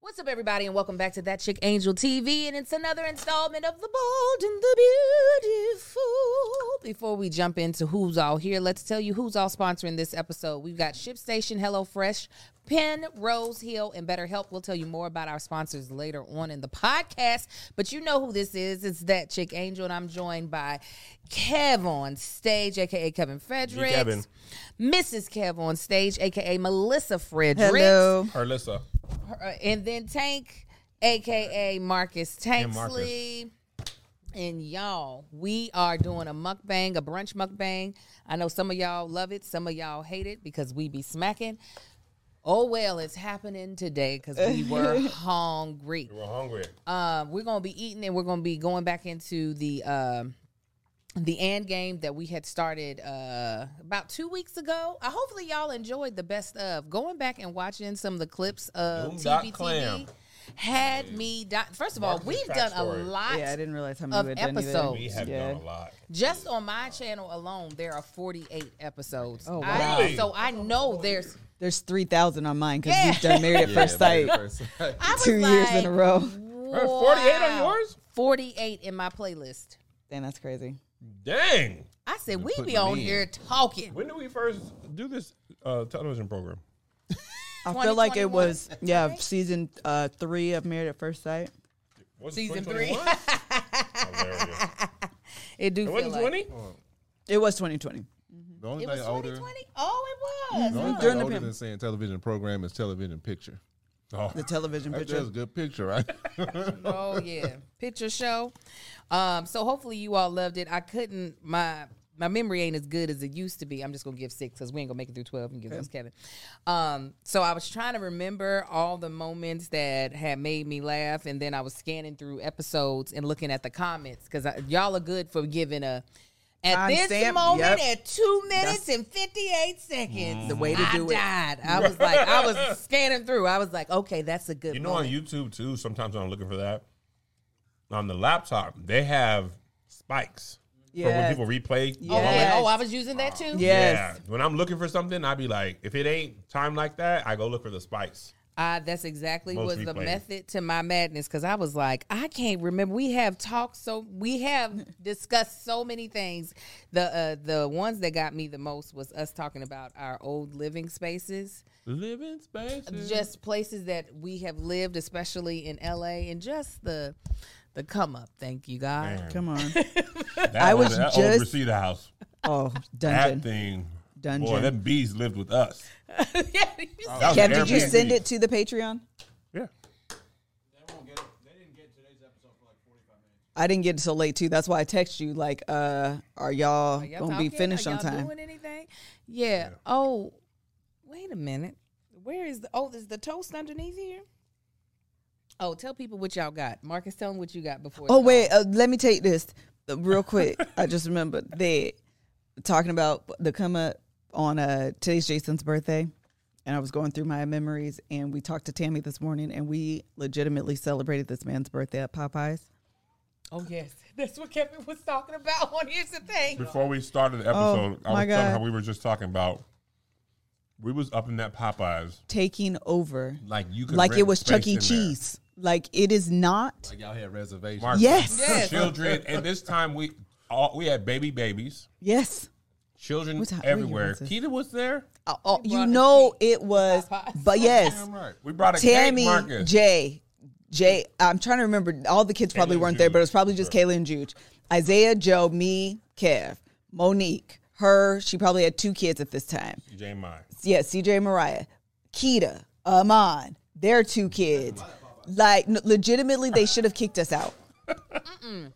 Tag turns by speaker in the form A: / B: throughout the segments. A: What's up, everybody, and welcome back to That Chick Angel TV, and it's another installment of The Bold and the Beautiful. Before we jump into who's all here, let's tell you who's all sponsoring this episode. We've got ShipStation, HelloFresh, Penn, Rose Hill, and BetterHelp. We'll tell you more about our sponsors later on in the podcast, but you know who this is. It's That Chick Angel, and I'm joined by Kev on stage, aka Kevin Fredericks,
B: Kevin.
A: Mrs. Kev on stage, aka Melissa Fredericks
C: Hello.
B: Carlissa.
A: uh, and then Tank, aka Marcus
B: And Marcus.
A: Tanksley. And, y'all, we are doing a mukbang, a brunch mukbang. I know some of y'all love it, some of y'all hate it because we be smacking. Oh well, it's happening today because we were hungry.
B: We're hungry.
C: Uh,
A: Um, we're gonna be eating and we're gonna be going back into the um the end game that we had started uh about two weeks ago. Uh, hopefully y'all enjoyed the best of going back and watching some of the clips of
B: Doom dot
A: TVTV.
B: clam.
A: Had me di- first of all,
B: Marcus'
A: we've
B: crack
A: done
B: story.
A: a lot
C: Yeah, I didn't realize how
A: Of
C: many we had done
A: episodes.
B: we
C: either.
B: have
C: yeah.
B: done a lot.
A: just on my channel alone. There are forty eight episodes.
C: Oh,
A: I-
C: wow.
B: Really?
A: so I know there's.
C: There's three thousand on mine because
A: Yeah.
C: you've done Married at First Sight
A: I was
C: two years in
A: like,
C: a row.
B: Hey, 48 on
A: wow.
B: yours?
A: Forty eight in my playlist.
C: Damn, that's crazy.
B: Dang.
A: I said we
D: put
A: be
D: them
A: on
D: in.
A: here talking.
B: When did we first do this uh, television program?
C: I feel like it
A: 2021?
C: was yeah season uh, three of Married at First Sight.
B: Was it
A: Season three.
B: 2021? Hilarious.
A: It do
B: It
A: feel
B: wasn't
A: like
B: 20?
C: oh, It was 2020.
D: The only
A: It was
D: thing older,
A: 2020. Oh, it was.
D: the only
A: Huh.
D: thing
C: During the
D: older
C: pand-
D: than saying television program is television picture.
B: Oh,
C: The television
D: That's just
C: picture.
D: a good picture, right?
A: oh yeah, picture show. Um, so hopefully you all loved it. I couldn't. My my memory ain't as good as it used to be. I'm just gonna give six because we ain't gonna make it through twelve and give those Kevin. Um, so I was trying to remember all the moments that had made me laugh, and then I was scanning through episodes and looking at the comments because y'all are good for giving a. At
C: Time
A: this
C: stamp,
A: moment,
C: yep.
A: at two minutes
C: That's-
A: and fifty-eight seconds,
C: The way to do it.
A: I died. I was like, I was scanning through. I was like, okay, that's a good.
B: You know,
A: moment.
B: on YouTube too, sometimes when I'm looking for that, on the laptop, they have spikes for when
C: Yes.
B: people replay.
A: Oh, okay.
C: Yes.
A: oh, I was using that too.
C: Yes.
B: When I'm looking for something, i be like, if it ain't time like that, I go look for the spikes.
A: Uh, that's exactly
B: Most
A: was the
B: replayed.
A: method to my madness because I was like, I can't remember. We have talked so we have discussed so many things. The uh, the ones that got me the most was us talking about our old living spaces,
B: Living spaces.
A: just places that we have lived, especially in LA, and just the the come up. Thank you, God.
C: Come on.
B: I
C: was
B: was, that old
C: just-
B: Reseda house.
C: Oh,
B: That
C: dungeon.
B: thing. Boy,
C: Dungeon. Oh.
B: them bees lived with us.
A: Yeah, you said-
B: That was
C: Kev,
B: an
C: did you
B: Airbnb.
C: send it to the Patreon?
B: Yeah.
C: I didn't get it so late too. That's why I text you like, uh, are y'all,
A: Y'all
C: gonna be
A: talking?
C: finished
A: Are
C: on
A: y'all
C: time?
A: Doing anything? Yeah. Oh, wait a minute. Where is the? Oh, is the toast underneath here? Oh, tell people what y'all got. Marcus, tell them what you got before.
C: Oh
A: it's
C: wait,
B: um,
C: uh, let me take this uh, real quick. I just remembered that talking about the come up on uh, today's Jason's birthday, and I was going through my memories, and we talked to Tammy this morning, and we legitimately celebrated this man's birthday at Popeyes.
A: all. Oh yes, that's what Kevin was talking about. On here's the thing.
B: Before we started the episode, I was
C: Oh, my
B: telling
C: God.
B: how we were just talking about we was up in that Popeyes
C: Taking over
B: like you could
C: like it
B: rent
C: was Chuck
B: space
C: E.
B: in there.
C: Cheese. Like it is not.
D: like y'all had reservations.
B: Mark,
C: Yes.
A: Yes.
B: children, and this time we all, we had baby babies,
C: Yes.
B: children
C: What time- what year
B: everywhere.
C: was this?
B: Keita was there.
C: Uh, uh, you
A: brought a
C: know
A: cake
C: it was,
A: Popeyes.
C: but yes,
D: Damn right.
B: We brought a
C: Tammy,
B: cake, Marcus.
C: Jay, Jay. I'm trying to remember. All the kids probably
B: and
C: weren't there, but it was
B: Jude.
C: probably just Kayla and Juge, Isaiah, Joe, me, Kev, Monique, her. She probably had two kids at this time.
B: J. Mai.
C: Yeah, CJ, Mariah, Keita, Amon. Their two kids. Like n- legitimately, they should have kicked us out.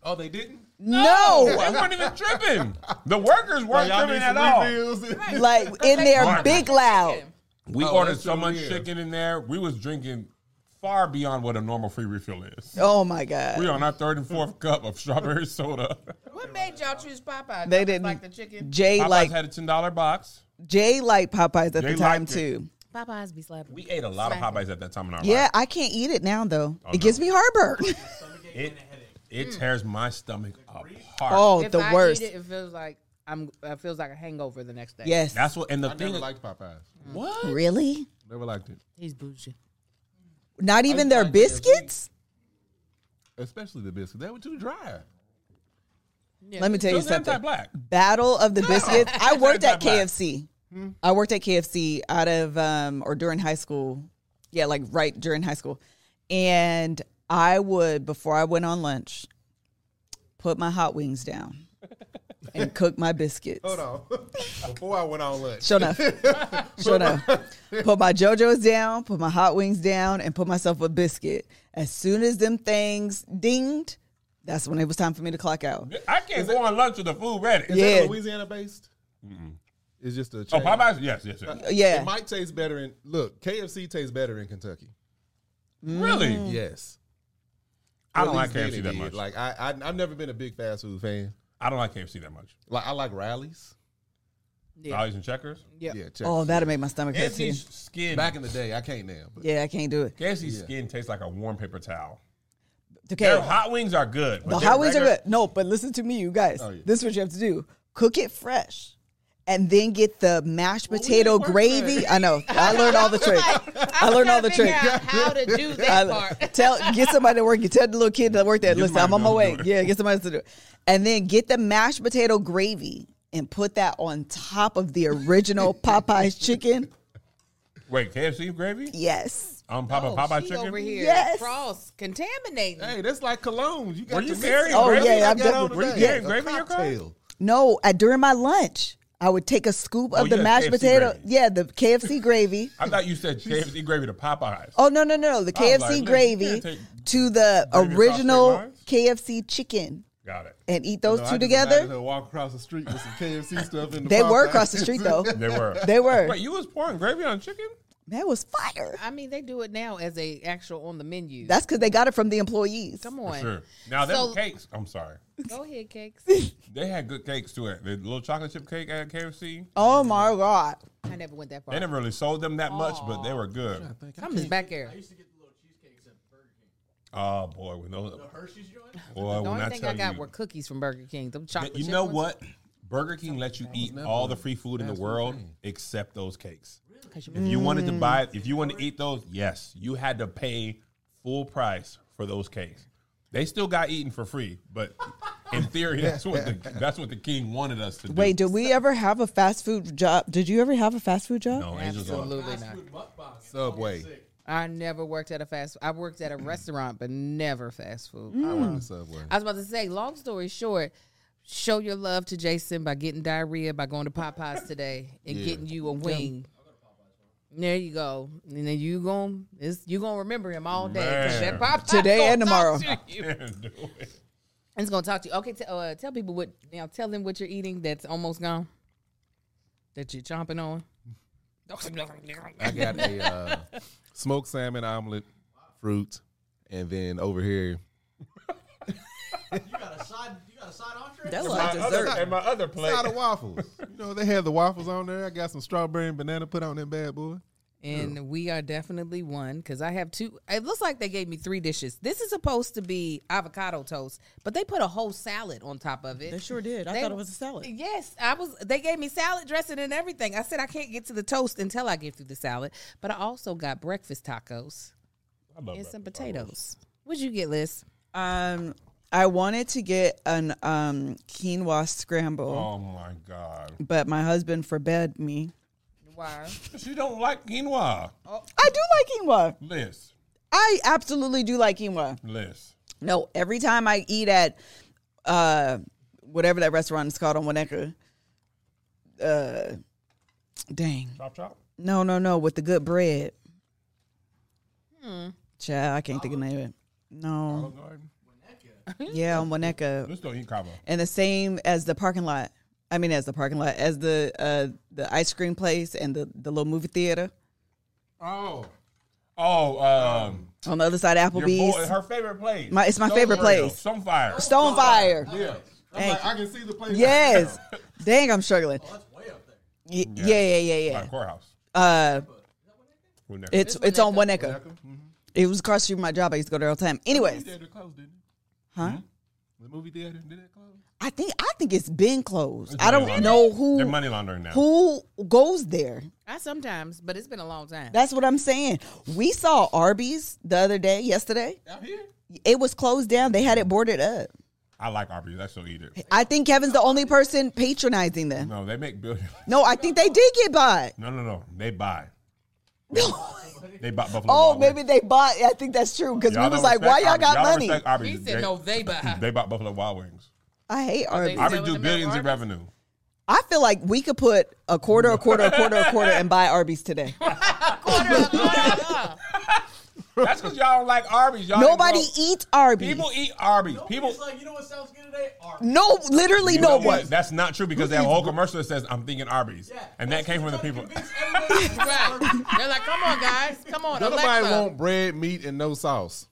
D: Oh, they didn't.
C: No,
B: They weren't even tripping. The workers weren't
D: y'all
B: tripping
D: need
B: at
D: some
B: all.
D: refills?
C: like in their
B: Marcus.
C: big loud.
B: We
D: Oh,
B: ordered
D: that's
B: so
D: what
B: much
D: it is.
B: chicken in there. We was drinking far beyond what a normal free refill is.
C: Oh my god.
B: We on our third and fourth cup of strawberry soda.
A: What made y'all choose Popeye?
C: They
A: Y'all just
C: didn't.
A: like the chicken.
C: Jay
B: Popeyes
C: like
B: had a ten dollar box.
C: Jay liked Popeyes at
B: Jay
C: the time
B: liked it.
C: too.
A: Popeyes be slapping.
B: We ate a lot of
A: Smack
B: Popeyes at that time in our
C: Yeah, I can't eat it now though. it
B: Oh, no.
C: gives me heartburn.
B: life. It, it
D: Mm.
B: tears my stomach apart.
C: oh,
A: If
C: the
A: I
C: worst.
A: Eat it, it feels like I'm. It feels like a hangover the next day.
C: Yes.
B: That's what and the
D: I
B: thing
D: never
B: is-
D: liked Popeyes.
B: what?
C: really?
D: Never liked it.
A: he's bougie.
C: Not even their
D: find it every-
C: biscuits.
D: Especially the biscuits. They were too dry.
C: Let me tell you
B: Those
C: something.
B: anti-black.
C: Battle of the biscuits. I worked at
B: Anti-black. Hmm?
C: KFC. I worked at KFC out of um or during high school. Yeah, like right during high school. And I would before I went on lunch put my hot wings down and cook my biscuits.
D: Hold on. Before I went on lunch.
C: Sure enough. sure enough. Put my JoJo's down, put my hot wings down, and put myself a biscuit. As soon as them things dinged, that's when it was time for me to clock out.
B: I can't go on lunch with the food ready.
C: Yeah.
D: Is that Louisiana based? It's just a.
B: Oh,
D: Chain.
B: Popeyes? Yes, yes, yes.
C: Yeah.
D: It might taste better in. Look, KFC tastes better in Kentucky.
C: Mm.
B: Really?
D: Yes.
B: I
D: Or
B: don't
D: at
B: like
D: least then
B: KFC
D: it
B: that
D: did.
B: much.
D: Like I, I, I've never been a big fast food fan.
B: I don't like KFC that much.
D: Like I like rallies.
A: Yeah.
B: Ollies and checkers.
A: Yeah.
D: Yeah. Check.
C: Oh, that'll make my stomach hurt too.
B: KFC's skin.
D: Back in the day, I can't now. But
C: Yeah, I can't do it.
B: KFC's skin tastes like a warm paper towel. Their
C: Okay.
B: hot wings are good. but
C: The
B: their
C: hot wings are
B: regular-
C: good. No, but listen to me, you guys.
D: yeah.
C: This is what you have to do. Cook it fresh. And then get the mashed potato
D: didn't work
C: gravy. I know. I learned all the tricks. I learned all the
A: Figure
C: tricks.
A: out how to do
C: I-
A: that part.
C: tell get somebody to work. You tell the little kid to work that.
B: Get
C: Listen, I'm on
B: somebody
C: my way.
B: else to do
C: Yeah, get somebody else to do it. And then get the mashed potato gravy and put that on top of the original Popeye's chicken.
B: Wait, KFC gravy?
C: Yes.
B: On top of
A: Oh,
B: Um, Popeye
A: she
B: chicken?
A: over here
C: Yes.
A: cross contaminating.
D: Hey, that's like cologne. You got
B: Were
D: to
B: you
D: mix
B: carrying
D: it.
C: Oh,
B: gravy?
C: yeah,
D: I
C: I'm
D: got on
C: definitely-
B: Were you
D: today.
B: carrying
D: A
B: gravy in your car?
D: cocktail.
C: No, at, during my lunch, I would take a scoop of
B: Oh,
C: the
B: you had
C: mashed
B: KFC
C: potato.
B: gravy.
C: Yeah, the KFC gravy.
B: I thought you said KFC gravy to Popeyes.
C: Oh no no no! The
B: I was
C: KFC
B: like, look, you
C: gravy
B: can't take
C: to the
B: gravy across state
C: original
B: lines?
C: KFC chicken,
B: Got it.
C: and eat those
D: No, I
C: two
D: just imagined
C: together.
D: her Walk across the street with some KFC stuff in the
C: They were
D: Popeyes.
C: across the street though.
B: They were.
C: They were.
B: Wait, you was pouring gravy on chicken?
C: That was fire.
A: I mean, they do it now as a actual on the menu.
C: That's because they got it from the employees.
A: Come on.
B: Sure. Now, them
A: So-
B: cakes, I'm sorry.
A: Go ahead, cakes.
B: They had good cakes to it. The little chocolate chip cake at KFC.
C: Oh my god!
A: I never went that far.
B: They never really sold them that much, but they were good.
A: I'm just back here.
B: Oh boy, with no
E: Hershey's joint?
B: boy,
A: The
B: when
A: only
B: I
A: thing
B: tell
A: I got
B: you,
A: were cookies from Burger King. Them chocolate.
B: you
A: chip
B: know
A: ones.
B: what? Burger King lets you eat all the free food in the world except those cakes. If you wanted to buy, if you wanted to eat those, yes, you had to pay full price for those cakes. They still got eaten for free, but in theory, that's what the that's what the king wanted us to do.
C: Wait, did we ever have a fast food job? Did you ever have a fast food job?
B: no, Angel's gone.
A: Absolutely not.
E: Mukbang.
D: Subway.
A: I never worked at a fast. I worked at a restaurant, but never fast food.
C: Mm.
D: I worked at Subway.
A: I was about to say. Long story short, show your love to Jason by getting diarrhea by going to Popeyes today and getting you a wing. There you go, and then you gon' it's, you gonna remember him all day. 'cause That
B: Man.
A: Popeyes
C: Today and
A: gonna talk
C: tomorrow.
A: to you.
B: Can't do it.
A: It's gonna talk to you. Okay, t- uh, tell people what now. Tell them what you're eating that's almost gone, that you're chomping on.
D: I got a uh, smoked salmon omelet, fruit, and then over here.
E: You got a side, you got a side entree?
C: That's
B: My other, and my other plate.
D: Side of waffles. You know, they have the waffles on there. I got some strawberry and banana put on that bad boy.
A: And we are definitely one because I have two. It looks like they gave me three dishes. This is supposed to be avocado toast, but they put a whole salad on top of it.
C: They sure did. I
A: They-
C: thought it was a salad.
A: Yes, I was. They gave me salad dressing and everything. I said I can't get to the toast until I get through the salad. But I also got breakfast tacos
B: I love
A: and
B: that.
A: some potatoes. What'd you get, Liz?
C: Um, I wanted to get an um quinoa scramble,
B: Oh my god,
C: but my husband forbade me.
A: Wow.
B: she don't like quinoa.
C: I do like quinoa.
B: Liz,
C: I absolutely do like quinoa.
B: Liz.
C: No, every time I eat at uh whatever that restaurant is called on Winnetka, uh, dang,
B: Chop chop.
C: No, no, no. With the good bread. Child, I can't think of the name of it. No.
B: Olive Garden.
C: Yeah, on Winnetka.
B: Let's go eat Cabo.
C: And the same as the parking lot. I mean, as the parking lot, as the uh, the ice cream place and the, the little movie theater
B: Oh. Oh, um,
C: on the other side, of
B: your boy,
C: Applebee's.
B: her favorite place.
C: My, it's my favorite place.
B: Some fire.
C: Stone Fire.
D: Yeah. I'm
C: Thank
D: like, I can see the place.
C: Yes. Dang, I'm struggling.
E: That's way up there.
C: Y- yeah, yeah, yeah, yeah.
B: Like courthouse.
C: Uh,
B: We're next.
C: it's it's on Winnetka. It was across from my job. I used to go there all the time. Anyways,
D: They're closed, didn't
C: huh?
D: they?
B: The movie theater did it close?
C: I think I think it's been closed.
B: It's
C: I
B: money
C: don't
B: laundering.
C: know who
B: They're money laundering now.
C: who goes there.
A: I sometimes, but it's been a long time.
C: That's what I'm saying. We saw Arby's the other day, yesterday.
B: Out here?
C: It was closed down. They had it boarded up.
B: I like Arby's. I still eat it.
C: I think Kevin's the only person patronizing them.
B: No, they make billions.
C: No, I think they did get bought.
B: No, no, no. They buy. They bought Buffalo.
C: oh,
B: Wild Wings.
C: maybe they bought. I think that's true because we
B: Y'all
C: was
B: don't
C: like,
B: respect
C: why y'all
B: Arby's.
C: got
B: don't
C: money?
B: respect Arby's.
A: He
B: They-
A: said, no, they buy.
B: They bought Buffalo Wild Wings.
C: I hate Arby's.
A: Is that
B: Arby's
A: what
B: do
A: the
B: billions in
A: Arby's?
B: revenue.
C: I feel like we could put a quarter, a quarter, a quarter, a quarter, and buy Arby's today.
B: That's because y'all don't like Arby's. Y'all ain't
C: Nobody
B: grown.
C: eats Arby's.
B: People eat Arby's. People.
E: People like, you know what sounds good today? Arby's.
C: no, literally
B: You know
C: nobody.
B: what? That's not true because they have a whole commercial that says, I'm thinking Arby's.
E: Yeah.
B: And that came from the
E: Trying to
B: people.
E: convince everybody to
A: right.
E: eat Arby's.
A: They're like, come on, guys, come on,
D: Nobody
A: Alexa.
D: want bread, meat, and no sauce.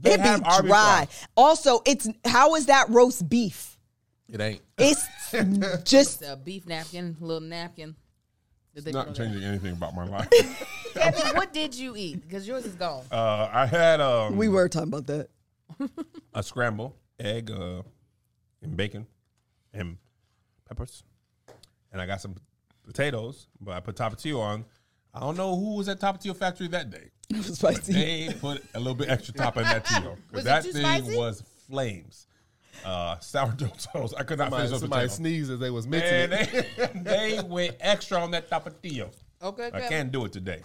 B: They
C: It'd
B: have
C: be
B: Arby's
C: dry.
B: sauce.
C: Also, it's how is that roast beef?
D: It ain't.
C: It's just
A: It's a beef napkin, little napkin. Did they throw
B: Not
A: that?
B: changing anything about my life.
A: Kevin, what did you eat? Because yours is gone.
B: Uh, I had um,
C: we were talking about that.
B: a scramble, egg, uh, and bacon, and peppers, and I got some potatoes. But I put tapatio on. I don't know who was at Tapatio Factory that day.
C: It was spicy.
B: They put a little bit extra top on that tio
A: Was
B: because
A: it
B: that
A: too
B: thing
A: spicy?
B: was flames. Uh, sourdough toast. I could not
D: Somebody,
B: finish those
D: somebody
B: potatoes.
D: sneezed as they was mixing
B: And
D: it.
B: they, they went extra on that tapatio.
A: Okay,
B: I
A: Kevin.
B: can't do it today.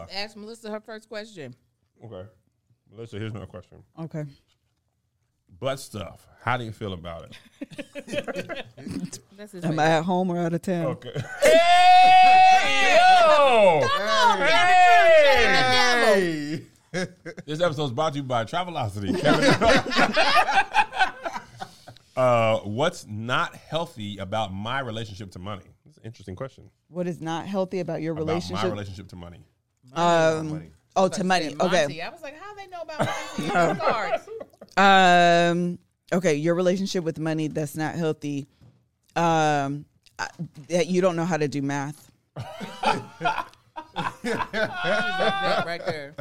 A: You asked Melissa her first question.
B: okay, Melissa, here's another question.
C: Okay.
B: Butt stuff. How do you feel about it?
A: That's his
C: Am
A: favorite.
C: I at home or out of town?
B: Okay. Hey, yo! Hey! This episode is brought to you by Travelocity. Kevin- uh, what's not healthy about my relationship to money? That's an interesting question.
C: What is not healthy about your
B: About my
C: relationship?
B: relationship to money.
C: um, oh, to money.
A: Monty.
C: Okay.
A: I was like, how they know about Monty? I'm sorry.
C: Um, okay. Your relationship with money that's not healthy. Um, I, that you don't know how to do math.
A: that right there.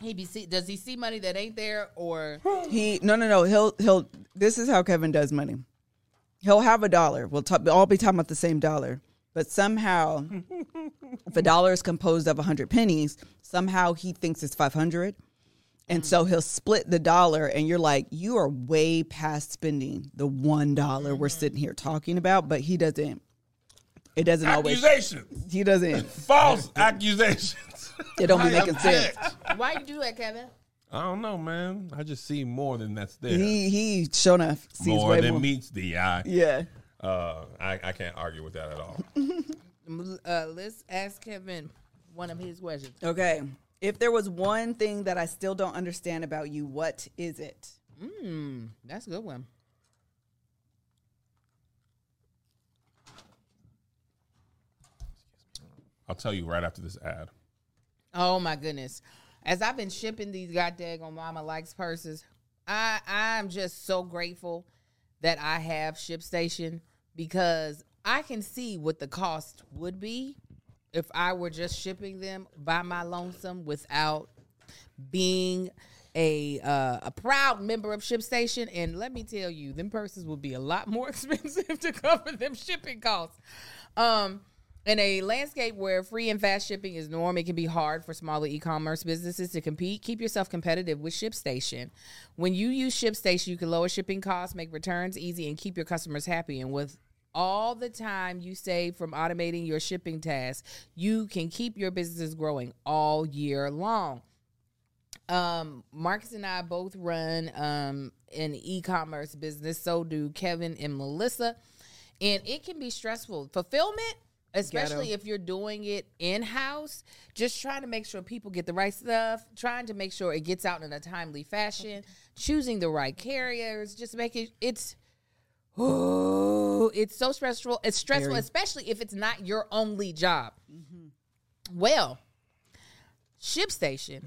A: He be see, does he see money that ain't there or
C: He no no no. He'll he'll. This is how Kevin does money. He'll have a dollar. We'll talk, we'll all be talking about the same dollar, but somehow, if a dollar is composed of hundred pennies, somehow he thinks it's five hundred, and so he'll split the dollar. And you're like, you are way past spending the one dollar we're sitting here talking about, but he doesn't. It doesn't always.
B: Accusations.
C: He doesn't.
B: False accusations.
C: It don't be making sense.
A: why you do that, Kevin?
B: I don't know, man. I just see more than that's there.
C: He he sure enough sees
B: more
C: way
B: than
C: more.
B: meets the eye.
C: Yeah.
B: Uh, I, I can't argue with that at all.
A: M- Uh, let's ask Kevin one of his questions.
C: Okay. If there was one thing that I still don't understand about you, what is it?
A: Mm, that's a good one.
B: I'll tell you right after this ad.
A: Oh my goodness. As I've been shipping these goddamn on Mama Likes purses, I I'm just so grateful that I have ShipStation because I can see what the cost would be if I were just shipping them by my lonesome without being a uh, a proud member of ShipStation, and let me tell you, them purses will be a lot more expensive to cover them shipping costs. Um, in a landscape where free and fast shipping is norm, it can be hard for smaller e-commerce businesses to compete. Keep yourself competitive with ShipStation. When you use ShipStation, you can lower shipping costs, make returns easy, and keep your customers happy. And with all the time you save from automating your shipping tasks, you can keep your businesses growing all year long um marcus and i both run um an e-commerce business so do kevin and melissa and it can be stressful fulfillment especially if you're doing it in-house just trying to make sure people get the right stuff trying to make sure it gets out in a timely fashion choosing the right carriers just making it's oh it's so stressful it's stressful especially if it's not your only job well shipstation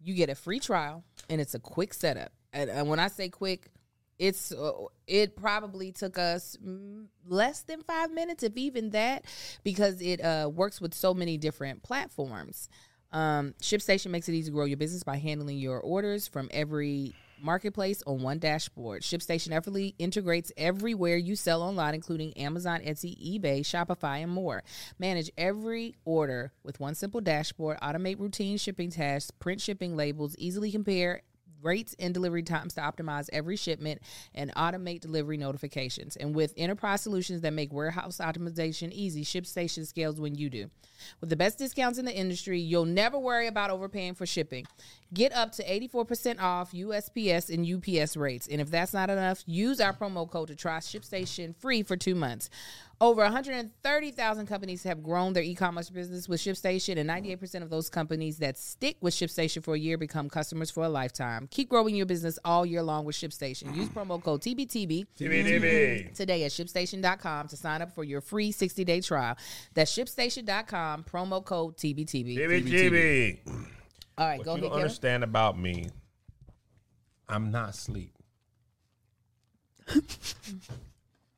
A: you get a free trial and it's a quick setup and, and when i say quick it's uh, it probably took us mm, less than five minutes if even that because it uh, works with so many different platforms um, shipstation makes it easy to grow your business by handling your orders from every marketplace on one dashboard. ShipStation effortlessly integrates everywhere you sell online, including Amazon, Etsy, eBay, Shopify, and more. Manage every order with one simple dashboard, automate routine shipping tasks, print shipping labels, easily compare rates and delivery times to optimize every shipment and automate delivery notifications. And with enterprise solutions that make warehouse optimization easy, ShipStation scales when you do. With the best discounts in the industry, you'll never worry about overpaying for shipping. Get up to 84% off USPS and UPS rates. And if that's not enough, use our promo code to try ShipStation free for two months. Over 130,000 companies have grown their e-commerce business with ShipStation, and 98% of those companies that stick with ShipStation for a year become customers for a lifetime. Keep growing your business all year long with ShipStation. Use promo code TBTB
B: TBDB.
A: today at ShipStation.com to sign up for your free 60-day trial. That's ShipStation.com, promo code TBTB.
B: TBDB.
A: All right, go ahead,
B: What you don't
A: Kevin.
B: understand about me, I'm not asleep.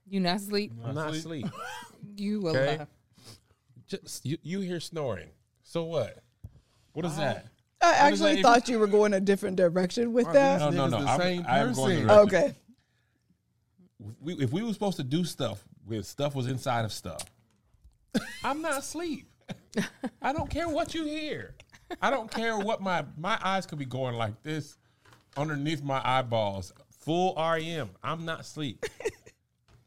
A: You not sleep?
D: Mm-hmm.
B: I'm not asleep.
A: You will
B: Okay.
A: lie.
B: Just you, you hear snoring. So what? What is that?
C: I
B: does that
C: actually
B: even-
C: thought you were going a different direction with that.
B: No, no,
D: Niggas
B: no.
D: the
B: I'm,
D: same
B: I'm going
D: person.
B: to
C: Okay.
B: we, if we were supposed to do stuff where stuff was inside of stuff, I'm not asleep. I don't care what you hear. I don't care what my my eyes could be going like this underneath my eyeballs, full REM. I'm not asleep.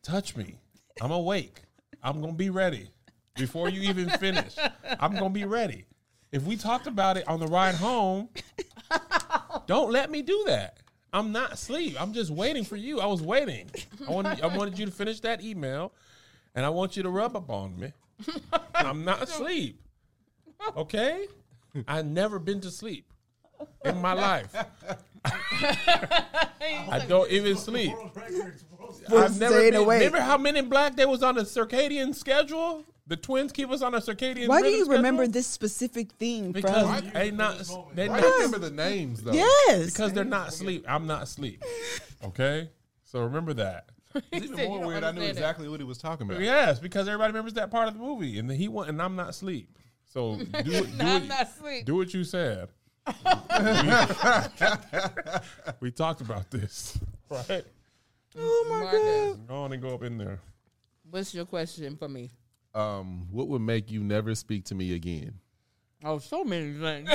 B: Touch me. I'm awake. I'm gonna be ready before you even finish. I'm gonna be ready. If we talked about it on the ride home, don't let me do that. I'm not asleep. I'm just waiting for you. I was waiting. I wanted, I wanted you to finish that email, and I want you to rub up on me. I'm not asleep. Okay? I've never been to sleep in my life. I don't even sleep. I've never
C: staying
B: been,
C: awake.
B: Remember how Men in Black they was on a circadian schedule? The twins keep us on a circadian.
C: Why do
B: rhythm
C: you
B: schedule?
C: remember this specific thing
B: Because
C: from?
B: they not they
D: I
B: not
D: remember the names though.
C: Yes.
B: because they're not asleep. I'm not asleep. Okay, so remember that.
D: It's even
A: said, "You
D: more
A: don't
D: weird. I knew
A: understand it."
D: exactly what he was talking about.
B: Yes, because everybody remembers that part of the movie, and then he went, and I'm not asleep. So do it. Do,
A: I'm
B: it-
A: not asleep.
B: do what you said. we talked about this, right?
A: Marcus,
B: Go on and go up in there.
A: Oh what's your question for me?
D: Um, what would make you never speak to me again?
A: Oh, so many things.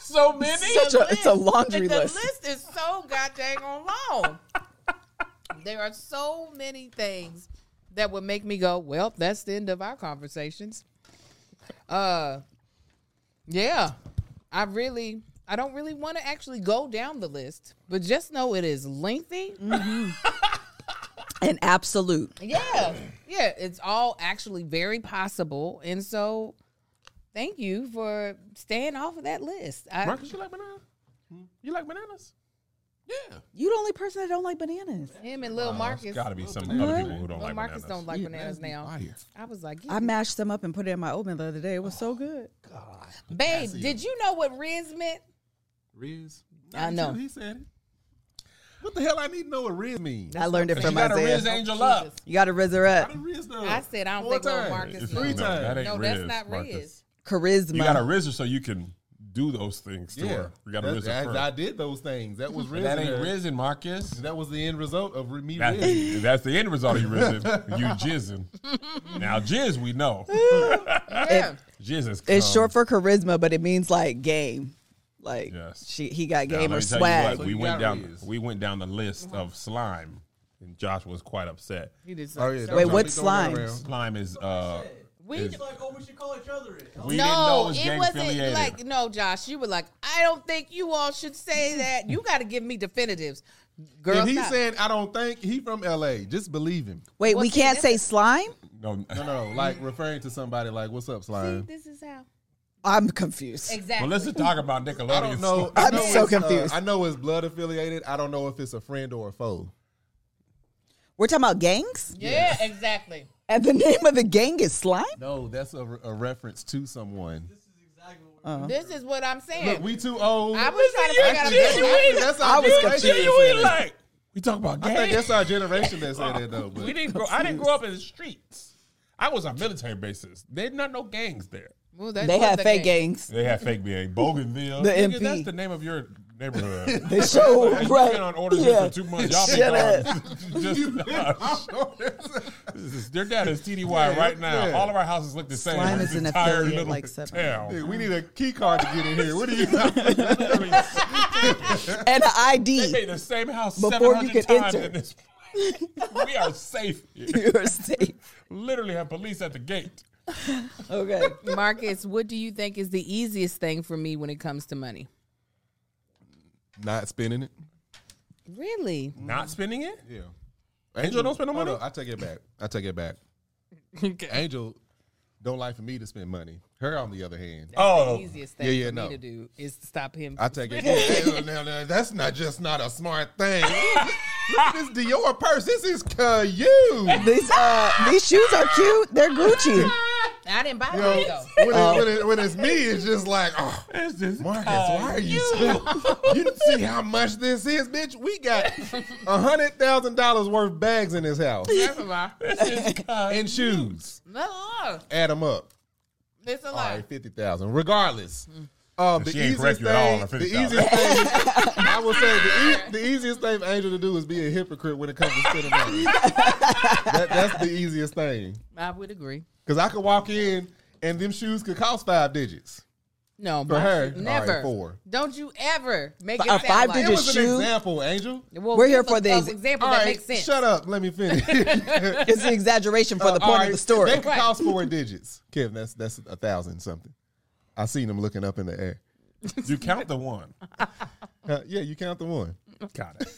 B: So many.
C: Such a, it's a laundry
A: And the
C: list.
A: list is so goddamn long. there are so many things that would make me go, well, that's the end of our conversations. Uh, yeah, I really, I don't really want to actually go down the list, but just know it is lengthy.
C: Mm-hmm. And absolute.
A: Yeah, yeah, it's all actually very possible, and so. Thank you for staying off of that list. I,
B: Marcus, you like bananas? Hmm? You like bananas? Yeah.
C: You the only person that don't like bananas.
A: him and Lil
B: There's
A: Marcus.
B: got to Oh, be some other people who don't
A: Lil
B: like
A: Marcus
B: bananas.
A: don't like bananas now.
D: Fire.
A: I was like,
C: I mashed them up and put it in my oatmeal the other day. It was so good.
A: babe, did you know what Riz meant?
D: Riz.
A: I know.
D: He said it. What the hell? I need to know what Riz means.
C: I learned it
B: You
C: from
B: got to raise
C: Isaiah.
B: angel
A: "Oh,
B: up.
C: You got to resurrect
D: Riz though.
A: I said, I don't
D: Four
A: think Lil
D: times.
A: Marcus
D: Three
A: knows.
D: times.
B: that ain't
A: No,
B: Riz,
A: that's not
B: Marcus.
A: Riz.
C: charisma.
B: You got to riz it so you can do those things to
D: Yeah.
B: her. You got to
D: That's-
B: riz
D: I,
B: it
D: I
B: first.
D: did those things. That was Riz.
B: That
D: in
B: ain't
D: there.
B: risen, Marcus.
D: That was the end result of re- me
B: That's,
D: Riz.
B: that's the end result of you rizzing. You jizzing. Now jizz, we know.
A: Yeah.
B: Jizz is
C: it's
B: cum.
C: short for charisma, but it means like game. Like
B: Yes.
C: she, he got
B: Now,
C: game
B: let
C: or
B: me tell you
C: swag.
B: what,
D: So
B: we
D: you
B: went
D: got
B: down.
D: Riz.
B: We went down the list of slime, and Josh was quite upset.
A: He did say-
D: Oh, yeah, don't
C: Wait,
D: try
C: what
D: to throw that
C: slimes?
D: around.
B: Slime is. uh
A: We
B: is-
E: It's like, oh, we should call each other. it.
B: We didn't know it
A: no,
B: was
A: it
B: gang
A: wasn't
B: affiliated.
A: like no, Josh. You were like, I don't think you all should say that. You got to give me definitives, girl.
D: If he's
A: stop.
D: saying I don't think he from L.A., just believe him.
C: Wait, we
A: What's the
C: can't say slime?
B: no,
D: No, no, like referring to somebody like, "What's up, slime?"
A: this is how
C: I'm confused.
A: exactly.
B: Well, let's just talk about Nickelodeon.
D: I don't know.
C: I'm
D: I know
C: so
D: it's, uh,
C: confused.
D: I know it's blood affiliated. I don't know if it's a friend or a foe.
C: We're talking about gangs?
A: yeah, exactly.
C: And the name of the gang is slime?
D: No, that's a, re- a reference to someone.
A: This is what I'm saying.
D: Look, we too old.
A: I was trying to figure out a
D: Actually, that's,
A: better way.
D: actually, that's
C: I
D: our
C: was
D: generation.
B: Shit, you
D: that
B: ain't
D: said that.
B: like. We talk about
D: I think
B: gang.
D: that's our generation that said that though.
B: We
D: But
B: didn't grow. I didn't grow up in the streets. I was on military bases. There's not no gangs there.
A: Well, that
C: They
A: was
C: have
A: the
C: fake
A: game.
C: gangs.
B: They had fake being Bougainville.
C: The
B: Nigga,
C: MP.
B: That's the name of your neighborhood.
C: They show
B: Hey, you
C: right.
B: been on orders
C: yeah.
B: for two months. Y'all
C: Shut
B: been
C: up.
B: gone. Just, this is- they're down as TDY right now.
D: yeah.
B: All of our houses look the same.
C: Slime
B: This
C: is an
B: entire
C: affiliate,
B: little
C: like, seven.
B: town.
D: Hey, we need a key card to get in here. What do you got?
C: And an ID.
B: Hey, the same house
C: Before you
B: 700
C: could
B: times
C: enter.
B: in this place. we are safe. here.
C: You're safe.
B: Literally have police at the gate.
C: Okay.
A: Marcus, what do you think is the easiest thing for me when it comes to money?
D: Not spending it.
A: Really?
B: Not spending it?
D: Yeah.
B: Angel don't spend no money?
D: Hold on, I take it back. I take it back.
A: Okay.
D: Angel don't like for me to spend money. Her, on the other hand,
B: Oh,
A: the easiest thing
D: Yeah, yeah,
A: for
D: no.
A: me to do is to stop him.
D: I take it. Yeah, now, now, that's not just not a smart thing. Look at this Dior purse. This is Caillou.
C: These uh these shoes are cute. They're Gucci.
A: I didn't buy
D: You know,
A: one though.
D: when, it, when, it, when it's me, it's just like, oh,
B: it's just
D: Marcus, why are you so? You didn't see how much this is, bitch. We got a hundred thousand dollars worth bags in this house
A: First of all,
D: and shoes.
A: that's a lot.
D: Add them up.
A: That's a
D: All
A: lot.
D: right, fifty thousand. Regardless, um,
B: Mm-hmm.
D: the
B: She ain't
D: easiest
B: correct you at all on
D: thing, the
B: $50,000.
D: easiest thing, I will say, the, e- the easiest thing for Angel to do is be a hypocrite when it comes to spending money. that, that's the easiest thing
A: I would agree.
D: because I could walk in and them shoes could cost five digits.
A: No,
D: For
A: my-
D: her,
A: never.
D: all right, four.
A: Don't you ever make it
C: a
A: sound like
D: It
C: five-digit
D: was an
C: Shoe?
D: example, Angel.
A: Well,
C: We're here
A: give
C: for
A: us
C: the
A: an
C: ex-
A: example
D: All
A: that
D: right,
A: makes sense.
D: shut up. Let me finish.
C: It's an exaggeration
B: Uh,
C: for the
D: All
C: point
D: right,
C: of the story.
D: They could cost four digits, Kevin. That's that's a thousand something. I seen them looking up in the air.
B: You count the one.
D: Uh, yeah, you count the one.
B: Got it.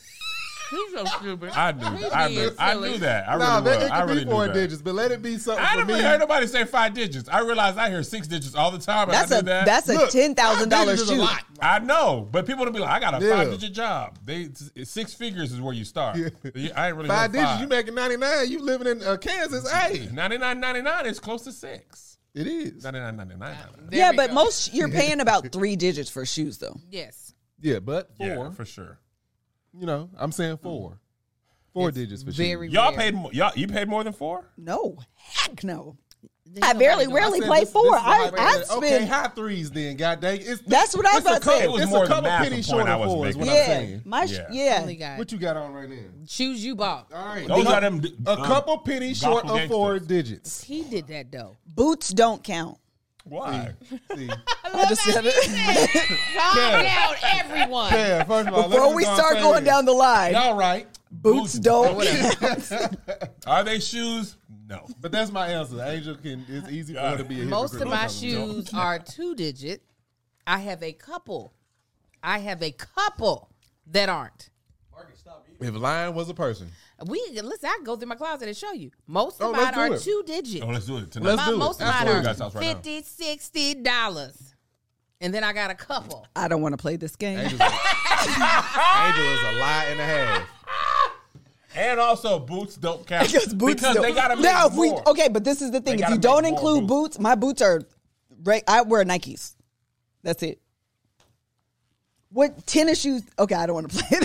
A: He's so stupid.
B: I knew. I knew.
A: being
B: I
A: silly.
B: knew that. I
D: nah,
B: really
D: that,
B: was.
D: it could
B: I really
D: be
B: knew
D: four
B: that.
D: digits, but let it be something
B: I
D: for
B: never
D: me.
B: heard nobody say five digits. I realize I hear six digits all the time. And
C: That's
B: I
C: a
B: knew that.
C: that's a
D: Look,
C: ten thousand dollar
D: five digits is a
C: shoe.
D: lot.
B: I know, but people don't be like, I got a
D: Yeah.
B: five digit job. They it's six figures is where you start. You- I ain't really
D: Five
B: heard
D: digits, you making 99, you living in uh, Kansas. Hey,
B: 99.99 is close to six.
D: it is.
B: 99.99.
C: Yeah, but most you're paying about three digits for shoes though.
A: Yes.
D: Yeah, but four.
B: Yeah, for sure.
D: You know, I'm saying four. Four digits for
A: Very
D: sure.
B: Y'all
A: rare.
B: paid more. Y'all you paid more than four.
C: No, heck no.
A: Ain't
C: I barely,
A: nobody
C: rarely
A: gonna-
C: play four. I, I
D: okay,
C: spend.
D: high threes then, god dang. It's,
C: That's what I was
D: it's a
C: about to say.
D: couple-
B: It was
D: it's
B: more
D: a
B: the
D: couple
B: math
D: penny
B: point
D: short
B: I
D: of
B: was
D: four is what
B: making.
D: I'm
C: Yeah,
D: saying.
C: my sh-
B: Yeah.
C: yeah.
A: Only God.
D: What you got on right now?
A: Shoes you bought.
D: All right.
B: Those
D: The-
B: are them d-
D: A
B: um,
D: couple pennies short of four
B: doppelgangsters.
D: digits.
A: He did that though.
C: Boots don't count.
B: Why?
D: See,
C: I just said it.
A: Calm
D: Yeah.
A: down, everyone.
D: yeah, first of all, let
C: Before
D: me
C: we
D: go and
C: start
D: say
C: going
D: this.
C: down the line,
D: Y'all right.
C: boots don't.
B: Are they shoes? No.
D: But that's my answer. Angel can. It's easy for her to be a
A: Most of
D: hypocrite.
A: my shoes are two digit. I have a couple. I have a couple that aren't.
E: Marcus, stop eating.
D: If lion was a person,
A: We listen. I can go through my closet and show you. Most of
D: Oh,
A: mine
D: let's
A: are
D: do it.
A: two digit.
B: Oh, let's do it tonight.
D: Let's
A: My,
D: do it.
A: most of
D: That's
A: mine
D: what
A: are
D: we
B: got house right now.
A: 50 60 dollars, and then I got a couple.
C: I don't want to play this game.
D: Angel's a,
B: Ah!
D: Angel is a lie and a half.
B: And also, boots don't count
C: Because boots
B: because
C: don't.
B: they gotta make
C: now, if we
B: more.
C: okay, but this is the thing: if
B: gotta
C: you don't
B: make more
C: include
B: boots.
C: boots, my boots are. Right, I wear Nikes. That's it. What tennis shoes? Okay, I don't want to play. It.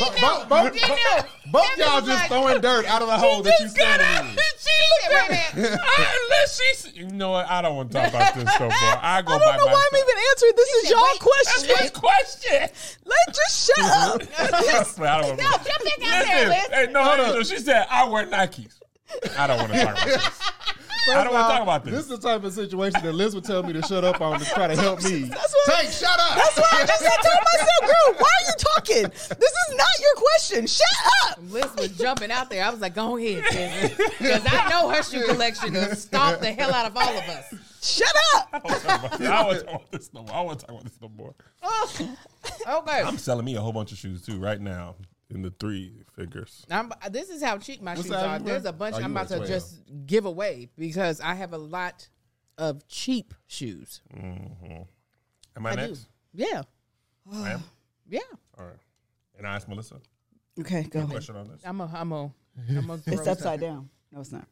D: Bo- bo- bo- bo- both y'all just throwing dirt out of the hole that you standing in.
A: She looked
B: Unless she's, you know what? I don't want to talk about this so far. I go
C: I
B: by
C: don't know why I'm
B: myself.
C: even answering. This is your
B: That's
C: question.
B: my question.
C: Let's just shut up.
B: But I don't
A: No, jump back out there,
B: Listen,
A: Liz.
B: hey, no, hold on. She said I wear Nikes. I don't want to talk about this. I don't want to talk about
D: This is
B: this.
D: the type of situation that Liz would tell me to shut up on to try to help me.
C: That's what-
D: Tank, shut up.
C: That's why I just said to myself, girl, why are you talking? This is not your question. Shut up.
A: Liz was jumping out there. I was like, go ahead, because I know her shoe collection will stomp the hell out of all of us.
C: Shut up.
B: I want to talk about this no more. I want to talk about this no more.
A: Okay,
B: I'm selling me a whole bunch of shoes too right now in the three figures.
A: I'm, this is how cheap my shoes
D: size
A: are.
D: you
A: There's
D: wear?
A: a bunch
D: Oh, you
A: I'm about
D: wear
A: to
D: 12.
A: just give away because I have a lot of cheap shoes.
B: Am I,
A: I do.
B: next?
A: Yeah,
B: I am.
A: yeah.
B: All right. And I asked Melissa a
C: Okay, go ahead.
B: question on this.
A: I'm a, I'm a, I'm a.
C: It's
A: gross.
C: upside down. No, it's not.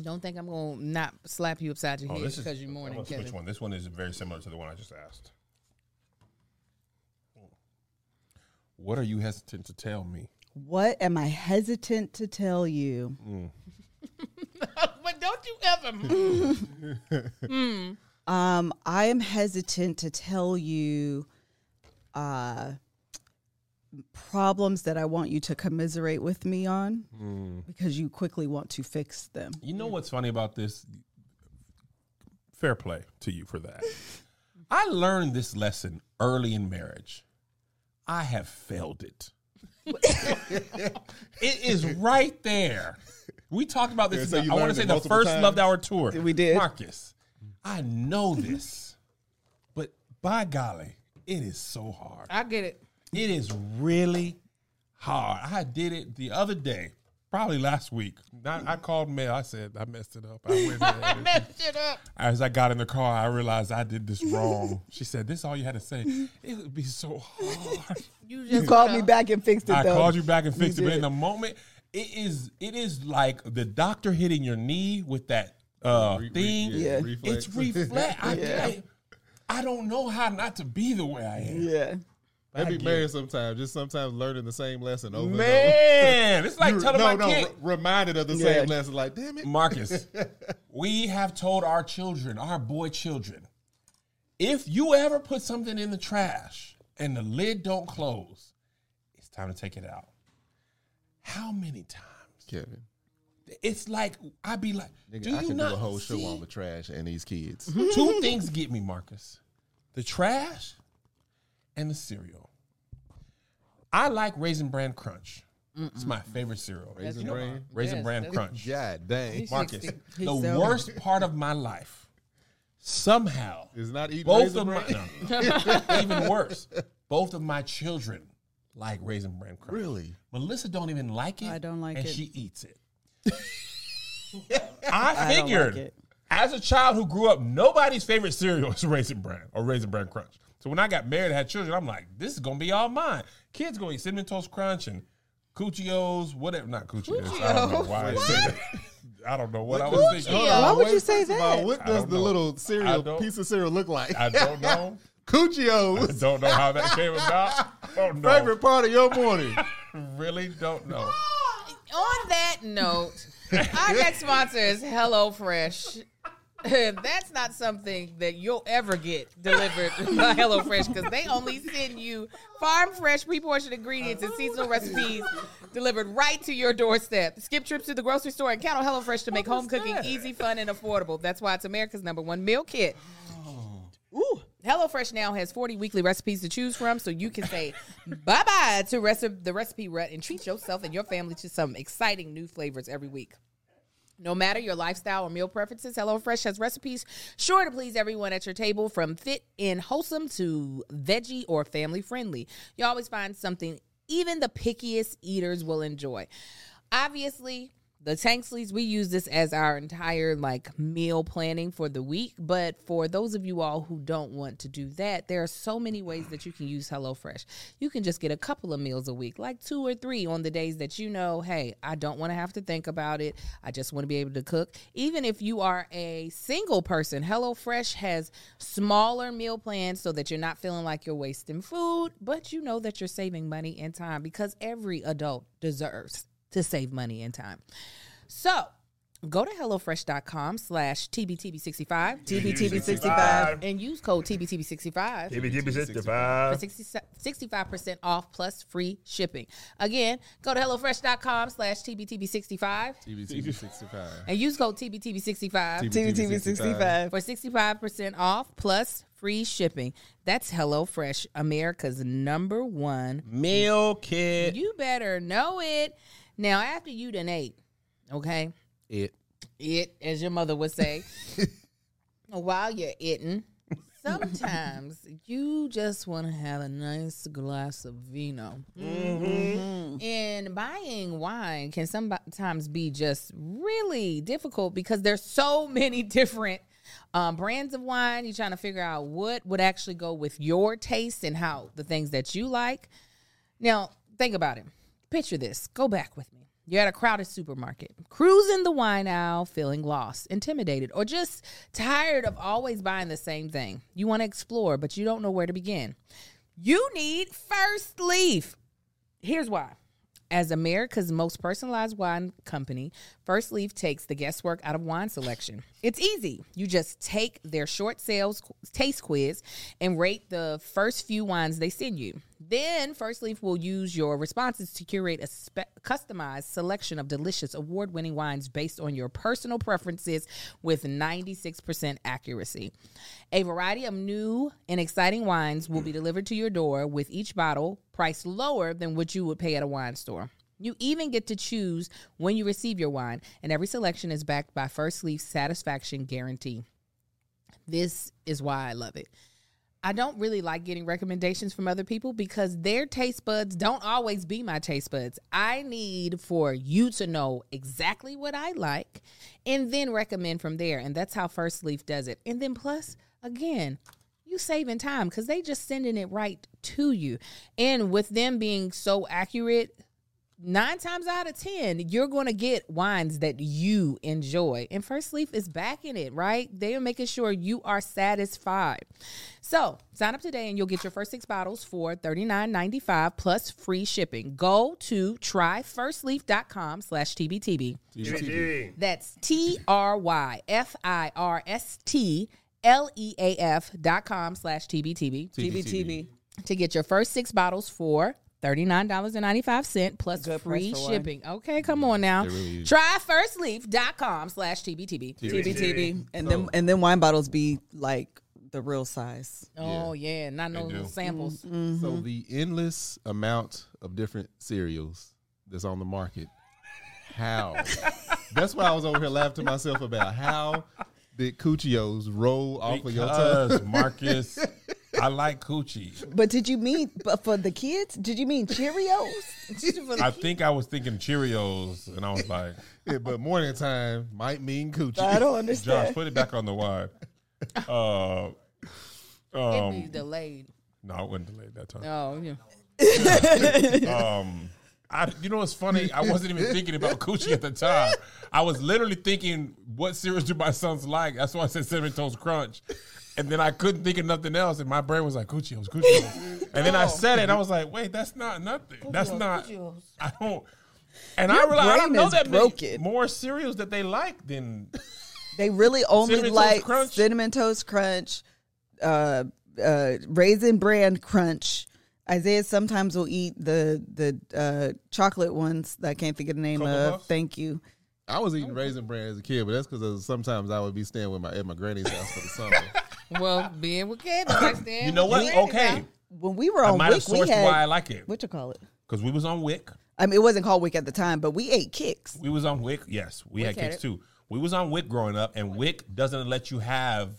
A: Don't think I'm gonna not slap you upside your
B: Oh,
A: head
B: this is
A: because you're
B: I'm
A: mourning,
B: gonna switch
A: Kevin.
B: one. This one is very similar to the one I just asked. What are you hesitant to tell me?
C: What am I hesitant to tell you?
A: but don't you ever. Mm.
C: Um, I am hesitant to tell you uh, problems that I want you to commiserate with me on
A: Mm.
C: because you quickly want to fix them.
B: You know what's funny about this? Fair play to you for that. I learned this lesson early in marriage. I have failed it. it is right there. We talked about this.
D: Yeah, so
B: in the-
D: you
B: I want to
D: learned
B: say
D: it
B: the
D: multiple
B: first
D: times?
B: Loved Hour tour.
C: We did.
B: Marcus, I know this, but by golly, it is so hard.
A: I get it.
B: It is really hard. I did it the other day, probably last week. I, I called Mel. I said I messed it up. I went there.
A: Messed it up.
B: As I got in the car, I realized I did this wrong. She said, "This is all you had to say. It would be so hard."
A: You
C: You
A: just
C: called
A: know.
C: me back and fixed it.
B: I
C: though.
B: called you back and fixed
C: You
B: it, but
C: did.
B: in the moment, it is it is like the doctor hitting your knee with that uh,
D: Re- re-
B: thing.
D: yeah,
C: Yeah.
D: reflex.
B: It's reflex. I,
C: Yeah.
B: I, I don't know how not to be the way I am.
C: Yeah.
D: That
B: I
D: be
B: get
D: married sometimes. Just sometimes learning the same lesson over and over.
B: Man, it's like telling
D: no,
B: my
D: no,
B: kid,
D: re- reminded of the
C: Yeah.
D: same lesson. Like, damn it.
B: Marcus, we have told our children, our boy children, if you ever put something in the trash and the lid don't close, it's time to take it out. How many times?
D: Kevin,
B: It's like I'd be like,
D: nigga,
B: do you
D: I can do
B: not
D: a whole
B: see?
D: show on the trash and these kids.
B: Two things get me, Marcus: the trash and the cereal. I like Raisin Bran Crunch. It's my favorite cereal.
D: Raisin
B: You know,
D: Bran?
B: Raisin
A: Yes,
B: Bran
A: that's-
B: Crunch.
D: God dang.
B: Marcus,
A: 60.
B: the worst part of my life, somehow,
D: Is not eating
B: both
D: Raisin
B: of my,
D: Bran?
B: no. even worse, both of my children like Raisin Bran Crunch.
D: Really?
B: Melissa don't even like it.
C: I don't like
B: and
C: it.
B: she eats it. I
C: don't
B: figured,
C: like it.
B: as a child who grew up, nobody's favorite cereal is Raisin Bran or Raisin Bran Crunch. So when I got married and had children, I'm like, this is going to be all mine. Kids going to eat Cinnamon Toast Crunch and Coochios, whatever. Not Coochios. I don't know why I said that. I don't know what I was thinking.
D: Hold on,
C: Why would
D: wait,
C: you say
D: first of all,
C: that?
D: What
B: I
D: does
B: don't
D: the
B: know.
D: little
B: I
D: cereal
B: don't-
D: piece of cereal look like?
B: I don't know. I
D: Cuccio's
B: don't know how that came about. Don't know.
D: favorite part of your morning.
B: Really don't know.
A: On that note, our next sponsor is HelloFresh. That's not something that you'll ever get delivered by HelloFresh because they only send you farm fresh, pre portioned ingredients and seasonal recipes delivered right to your doorstep. Skip trips to the grocery store and count on HelloFresh to make home cooking easy, fun, and affordable. That's why it's America's number one meal kit. Ooh. HelloFresh now has 40 weekly recipes to choose from, so you can say bye bye to recipe, the recipe rut and treat yourself and your family to some exciting new flavors every week. No matter your lifestyle or meal preferences, HelloFresh has recipes sure to please everyone at your table, from fit and wholesome to veggie or family friendly. You always find something even the pickiest eaters will enjoy. Obviously, the Tanksleys, we use this as our entire like meal planning for the week. But for those of you all who don't want to do that, there are so many ways that you can use HelloFresh. You can just get a couple of meals a week, like two or three on the days that you know, hey, I don't want to have to think about it. I just want to be able to cook. Even if you are a single person, HelloFresh has smaller meal plans so that you're not feeling like you're wasting food, but you know that you're saving money and time because every adult deserves to save money and time. So go to HelloFresh.com slash TBTB65
C: TBTB65.
A: and use code TBTB65 for 60, 65% off plus free shipping. Again, go to HelloFresh.com slash TBTB65
D: TBT 65.
A: and use code TBTB65
C: TVTV65.
A: for 65% off plus free shipping. That's HelloFresh, America's number one
B: Meal kit.
A: you better know it. Now, after you done ate, okay? It. It, as your mother would say. while you're eating, sometimes you just want to have a nice glass of vino. Mm-hmm. And buying wine can sometimes be just really difficult because there's so many different um, brands of wine. You're trying to figure out what would actually go with your taste and how the things that you like. Now, think about it. Picture this. Go back with me. You're at a crowded supermarket, cruising the wine aisle, feeling lost, intimidated, or just tired of always buying the same thing. You want to explore, but you don't know where to begin. You need First Leaf. Here's why. As America's most personalized wine company, First Leaf takes the guesswork out of wine selection. It's easy. You just take their short sales qu- taste quiz and rate the first few wines they send you. Then First Leaf will use your responses to curate a spe- customized selection of delicious award winning wines based on your personal preferences with 96% accuracy. A variety of new and exciting wines will be delivered to your door with each bottle priced lower than what you would pay at a wine store. You even get to choose when you receive your wine, and every selection is backed by First Leaf's satisfaction guarantee. This is why I love it. I don't really like getting recommendations from other people because their taste buds don't always be my taste buds. I need for you to know exactly what I like and then recommend from there. And that's how First Leaf does it. And then plus, again, you saving time because they just sending it right to you. And with them being so accurate, nine times out of ten, you're going to get wines that you enjoy. And First Leaf is backing it, right? They are making sure you are satisfied. So sign up today and you'll get your first six bottles for $39.95 plus free shipping. Go to tryfirstleaf.com slash TBTB. That's T R Y F I R S T L E A F dot com slash TBTB
C: TBTB.
A: to get your first six bottles for $39.95 plus
C: Good
A: free
C: price for one.
A: shipping. Okay, come on now.
B: really is.
A: Try firstleaf.com slash TBTB.
C: TBTB. And
B: Oh.
C: then and then wine bottles be like the real size.
A: Oh, yeah, not no
B: do.
A: samples.
C: Mm-hmm.
D: So the endless amount of different cereals that's on the market. How? that's why I was over here laughing to myself about how did Cuccios roll off of your tongue?
B: Because Marcus, I like coochie.
C: But did you mean but for the kids? Did you mean Cheerios?
B: I think I was thinking Cheerios, and I was like,
D: Yeah, but morning time might mean Coochie.
C: I don't
B: Josh,
C: understand.
B: put it back on the wire. Uh, Um,
A: It'd be delayed.
B: no, I wouldn't delay that time.
A: Oh, yeah.
B: um, I, you know what's funny? I wasn't even thinking about coochie at the time. I was literally thinking, what cereals do my sons like? That's why I said Cinnamon Toast Crunch. And then I couldn't think of nothing else, and my brain was like Cuccios, Cuccios. And then I said it, and I was like, wait, that's not nothing. That's not. I don't. And I realized I
C: brain
B: don't know
C: is
B: that many
C: broken.
B: more cereals that they like than
C: They really only
B: Cinnamon Toast
C: like
B: Crunch?
C: cinnamon toast crunch, uh, uh, raisin bran crunch. Isaiah sometimes will eat the the uh, chocolate ones that I can't think of the name
B: Cocoa
C: of.
B: Puffs?
C: Thank you.
D: I was eating raisin bran as a kid, but that's because sometimes I would be staying with my at my granny's house for the summer.
A: Well, being with kids, like
B: you know what? Okay,
C: When we were
B: I
C: on
B: might have
C: Oh, Wick, we
B: sourced why I
C: had
B: like it
C: what you call it.
B: because we was on Wick.
C: I mean, it wasn't called Wick at the time, but we ate kicks.
B: We was on Wick. Yes, we had
A: had
B: kids
A: it.
B: too. We was on Wick growing up, and Wick doesn't let you have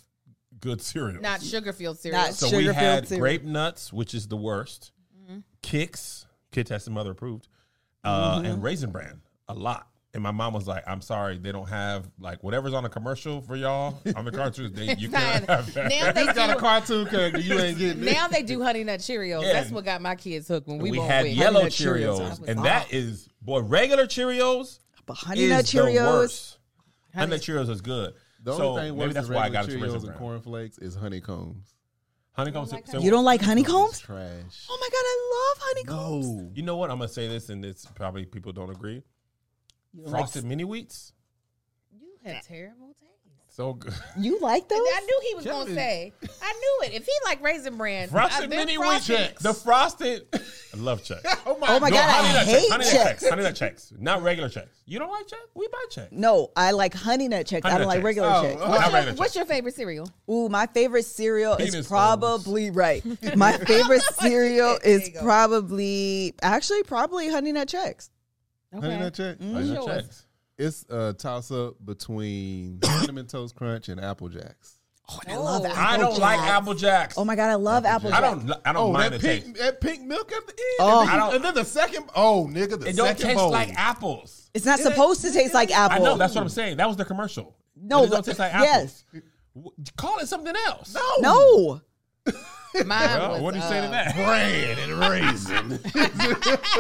B: good cereal.
A: Not Sugarfield cereal.
C: Not
B: so we
C: sugar-filled
B: had
C: cereal. Mm-hmm.
B: grape nuts, which is the worst. Kicks, Kit Test and Mother approved, uh,
C: Mm-hmm.
B: and Raisin Bran a lot. And my mom was like, "I'm sorry, they don't have like whatever's on the commercial for y'all on the cartoons. They, you can't have that."
A: now they
D: you got a
A: do.
D: cartoon character, you ain't getting it.
A: Now they do Honey Nut Cheerios.
B: Yeah.
A: That's what got my kids hooked when we,
B: we
A: were on
B: had
A: Wick.
B: yellow
C: Nut Cheerios,
B: Cheerios,
C: I was
B: and that is boy regular Cheerios
C: But honey
B: is
C: nut
B: the
C: Cheerios.
B: worst. Honey Nut Cheerios is good.
D: The only
B: so
D: thing
B: maybe
D: worse
B: that's
D: than
B: why I
D: regular
B: got it to
D: Cheerios
B: Raisin
D: and Oh
B: Bran.
D: cornflakes is honeycombs.
B: Honeycomb. so-
C: You don't like
D: It's
C: honeycombs?
D: trash.
C: Oh my god, I love honeycombs.
D: No.
B: You know what? I'm gonna say this, and it's probably people don't agree.
C: don't like
B: Frosted mini wheats,
A: You had terrible taste.
B: so good.
C: You like those?
A: I knew he was going to
D: Kevin.
A: say. I knew it. If he like Raisin Bran,
B: Frosted
A: I-
B: mini
A: them
B: wheats,
A: Frosted-
B: the frosted. I love checks.
D: Oh my,
C: Oh my god, I hate
B: honey nut
C: checks.
B: checks, honey nut checks, not regular checks. You don't like checks? We buy checks.
C: No, I like honey nut checks.
B: Honey
C: I don't
B: Nut
C: like
B: Checks.
C: regular
D: Oh,
C: checks.
B: Not
D: uh,
A: What's your-
B: regular checks.
A: what's your favorite cereal?
C: Ooh, my favorite cereal
B: Penis holes.
C: is probably right. My favorite cereal
A: There you
C: is
A: go.
C: probably actually probably honey nut checks.
D: Honey Nut Check?
B: Honey Nut
A: Yours.
B: Checks.
D: It's a toss up between Cinnamon Toast Crunch and Apple Jacks.
C: Oh, and I love
A: Oh.
C: Apple
B: I don't like
C: Jacks.
B: Apple Jacks.
C: Oh my god, I love Apple,
B: I
C: Jacks.
B: don't. I don't mind the taste.
D: Oh, that pink milk at the end.
C: Oh.
D: And, then,
B: I don't-
D: and then the second, oh, nigga, the
B: It don't
D: second
B: taste
D: bowl.
B: like apples.
C: It's not supposed to taste like
B: I
C: apple.
B: know. That's what I'm saying. That was the commercial.
C: No,
B: it don't taste like apples.
C: yes.
B: W- Call it something else.
C: No.
A: Mine
B: Well,
A: was,
B: what do you
A: uh,
B: say to that?
D: bread and raisin.
B: That's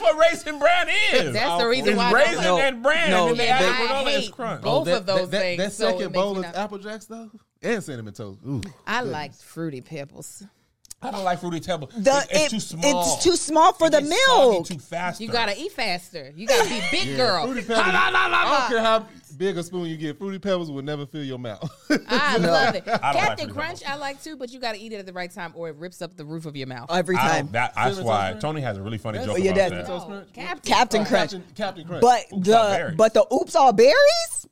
B: what raisin bran is.
A: That's the reason
B: it's
A: why I don't
B: raisin
A: like-
B: and bran,
C: No,
B: and then they
A: yeah,
B: add
A: I
B: granola
A: hate
B: and crunch.
A: both. of those
D: that,
A: things,
D: That
A: so it
D: second
A: makes
D: bowl
A: me
D: is
A: not-
D: Apple Jacks though, and Cinnamon Toast. Ooh,
A: I liked Fruity Pebbles.
B: I don't like fruity pebbles.
C: The,
B: It- it's
C: it-
B: too small.
C: It's too small for
B: It
C: the
B: gets soggy
C: milk.
B: Too fast.
A: You gotta eat faster. You gotta be big girl.
D: Fruity Pebbles. I don't care how big a spoon you get. Fruity Pebbles will never fill your mouth.
A: I love it.
B: like
A: Captain
B: Fruity
A: Crunch, I
B: Pebbles.
A: like too, but you gotta eat it at the right time or it rips up the roof of your mouth.
C: every
B: I
C: time.
B: don't, that, that's
D: Cinnamon
B: why
D: Toast Crunch?
B: Tony has a really funny joke
D: Oh,
C: yeah,
B: about
C: that-
B: that.
D: Toast
A: No,
D: Crunch?
A: Captain,
C: Captain
A: Crunch.
C: Crunch.
D: Captain, Captain Crunch.
C: But
B: Oops, all
C: the
B: berries.
C: but the oops all berries? it's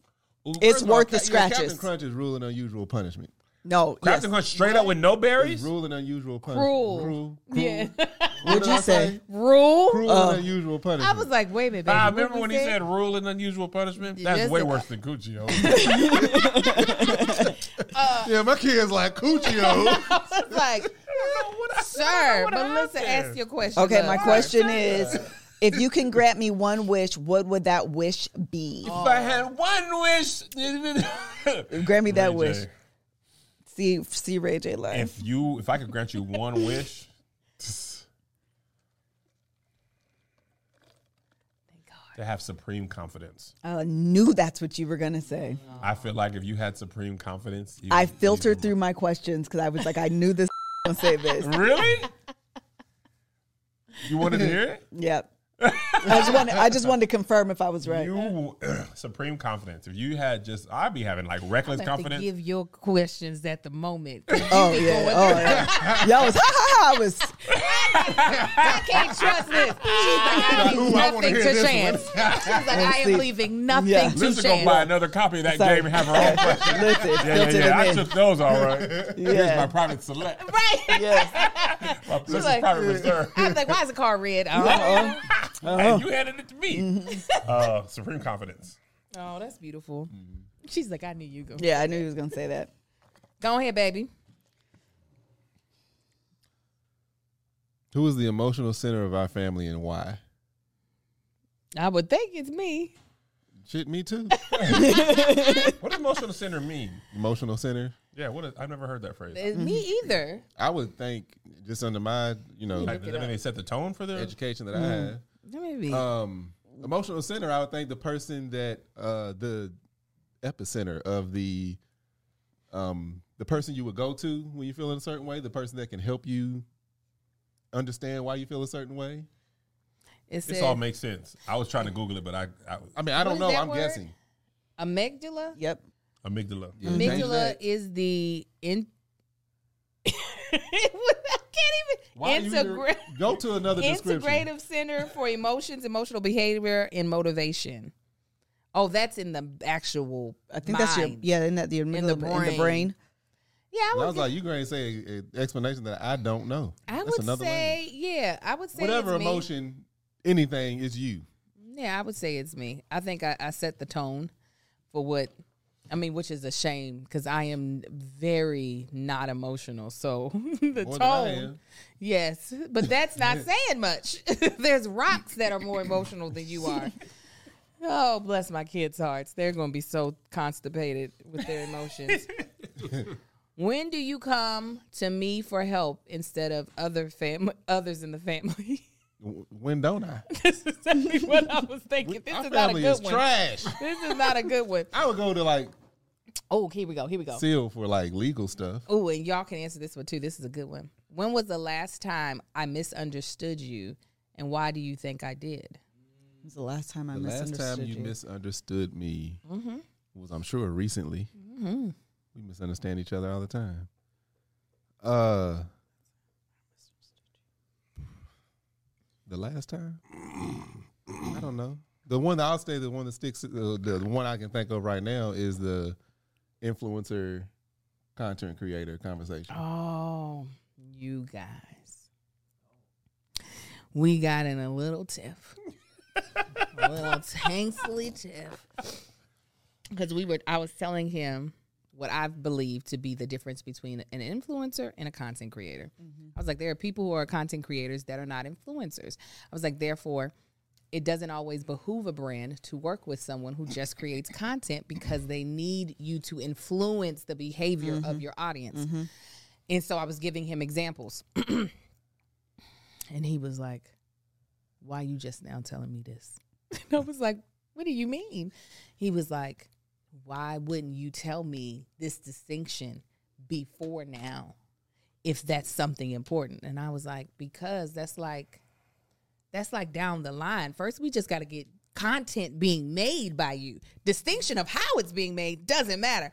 D: First of all,
C: worth the
D: Cap- yeah,
C: scratches.
D: Captain Crunch is ruling unusual punishment.
C: No.
B: Captain
C: yes.
B: Crunch straight up with no
D: It's
B: berries.
D: ruling unusual punishment.
A: Cruel.
D: Cruel. cruel.
A: Yeah.
D: What
C: What'd
D: did
C: you
D: I
C: say? Uh,
A: Rule.
D: Cruel and unusual punishment.
A: I was like, wait a minute. baby,
B: I
A: what
B: Ah, remember
A: we
B: when he said rule and unusual punishment.
A: You
B: That's
A: just
B: way
A: said-
B: worse than oh. Guccio.
D: yeah, my kid's like Cuccio.
A: It's like, sir, but listen, ask your question.
C: Okay,
A: love.
C: my question is if you can grant me one wish, what would that wish be?
B: If I had one wish,
C: Grant me that
B: Ray
C: wish.
B: J,
C: See see Ray J live.
B: If you, if I could grant you one wish, to have supreme confidence.
C: I knew that's what you were gonna say.
A: Oh.
B: I feel like if you had supreme confidence, you
C: I
B: would-
C: filtered through my questions because I was like, I knew this gonna say this.
B: Really? You wanted to hear it?
C: Yep. I just wanted I just wanted to confirm if I was right.
B: You supreme confidence. If you had just, I'd be having like reckless
A: You have to
B: confidence.
A: give your questions at the moment.
C: Oh yeah. Oh yeah. Y'all was ha ha ha I was
A: I can't trust this. She's like, I leave
D: Ooh, I wanna
A: nothing
D: hear
A: to
D: this
A: chance. She's like, I am
C: see.
A: leaving nothing
C: Yeah.
A: to
B: Listen, go buy
A: chance.
B: another copy of that
C: Sorry.
B: game and have her own question.
C: listen,
B: Yeah, yeah,
C: filtered
B: yeah. I
C: it in.
B: took those all right. Here's
C: Yeah.
B: my private select.
A: Right.
C: Yes.
B: My, this is
A: like-
B: private reserve.
A: I was like, why is the car red? Oh,
B: Hey, you handed it to me. Uh, supreme confidence.
A: oh, that's beautiful.
D: Mm-hmm.
A: She's like, I knew you go.
C: Yeah, I knew he was gonna say that.
A: Go ahead, baby.
D: Who is the emotional center of our family and why?
A: I would think it's me.
D: Shit, me too.
B: What does emotional center mean?
D: emotional center.
B: Yeah, what? Is, I've never heard that phrase.
A: It's me
C: Mm-hmm.
A: either.
D: I would think just under my, you know,
B: I, I mean, they set the tone for the.
D: education that I
A: Mm-hmm.
D: had.
A: Maybe.
D: Um, emotional center. I would think the person that uh, the epicenter of the um, the person you would go to when you feel in a certain way, the person that can help you understand why you feel a certain way.
A: it says
B: This all makes sense. I was trying to Google it, but I, I
D: I mean, I
A: What
D: don't
A: is
D: know.
A: that
D: I'm
A: word?
D: guessing.
A: amygdala.
C: Yep.
B: amygdala.
D: Change
A: Amygdala
D: that.
A: is the in. I can't even
D: you-
A: integrate.
D: go to another description.
A: Integrative Center for Emotions, Emotional Behavior, and Motivation. Oh, that's in the actual.
C: I think that's your
A: mind.
C: yeah, isn't that the amygdala in the
A: brain.
C: brain?
A: Yeah, I
D: And I was
A: would.
D: like, you going to say an explanation that I don't know.
A: I
D: That's
A: would
D: another
A: say
D: language.
A: yeah. I would say
D: whatever
A: it's me.
D: emotion, anything is you.
A: Yeah, I would say it's me. I think I, I set the tone for what. I mean, which is a shame because I am very not emotional. So the
D: More than I
A: tone,
D: am.
A: yes, but that's not saying much. There's rocks that are more emotional than you are. Oh, bless my kids' hearts. They're going to be so constipated with their emotions. when do you come to me for help instead of other fam- others in the family?
D: W- When don't I?
A: this is exactly what I was thinking. This
D: Our
A: is not a
D: family
A: good
D: is
A: one.
D: trash.
A: This is not a good one.
D: I would go to like
A: Oh, here we go. Here we go.
D: seal for like legal stuff.
A: Oh, and y'all can answer this one too. This is a good one. When was the last time I misunderstood you, and why do you think I did?
C: It was the last time I
D: The last
C: misunderstood
D: time you misunderstood me
A: Mm-hmm.
D: was, I'm sure, recently. We misunderstand each other all the time. Uh, the last time, I don't know. The one that I'll say, the one that sticks, uh, the the one I can think of right now is the influencer, content creator conversation.
A: Oh, you guys. We got in a little tiff. a little thankfully tiff. Because we were I was telling him what I believe to be the difference between an influencer and a content creator. I was like, there are people who are content creators that are not influencers. I was like, therefore, it doesn't always behoove a brand to work with someone who just creates content because they need you to influence the behavior of your audience. And so I was giving him examples. and he was like, Why you just now telling me this? And I was like, What do you mean? He was like, Why wouldn't you tell me this distinction before now? if that's something important. And I was like, because that's like that's like down the line. First, we just got to get content being made by you. Distinction of how it's being made doesn't matter.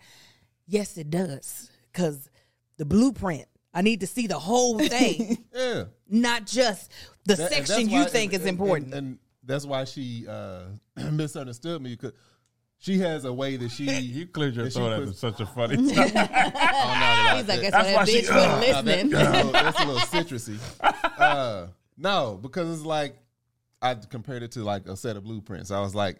A: Yes, it does. Cuz the blueprint, I need to see the whole thing,
D: Yeah.
A: not just the
D: That- and
A: section
D: that's
A: you
D: why-
A: think
D: and-
A: is
D: and-
A: important.
D: and, and that's why she uh, misunderstood me because she has a way that she. oh,
B: You cleared your
D: that she
B: throat after
D: puts-
B: such a funny time.
A: He's like, that's,
B: That's
A: why
B: why
A: that
B: she-
A: bitch wasn't listening.
B: Ugh.
D: Now, that- that's, a little, that's a little citrusy. Uh, no, because it's like I compared it to like a set of blueprints. I was like,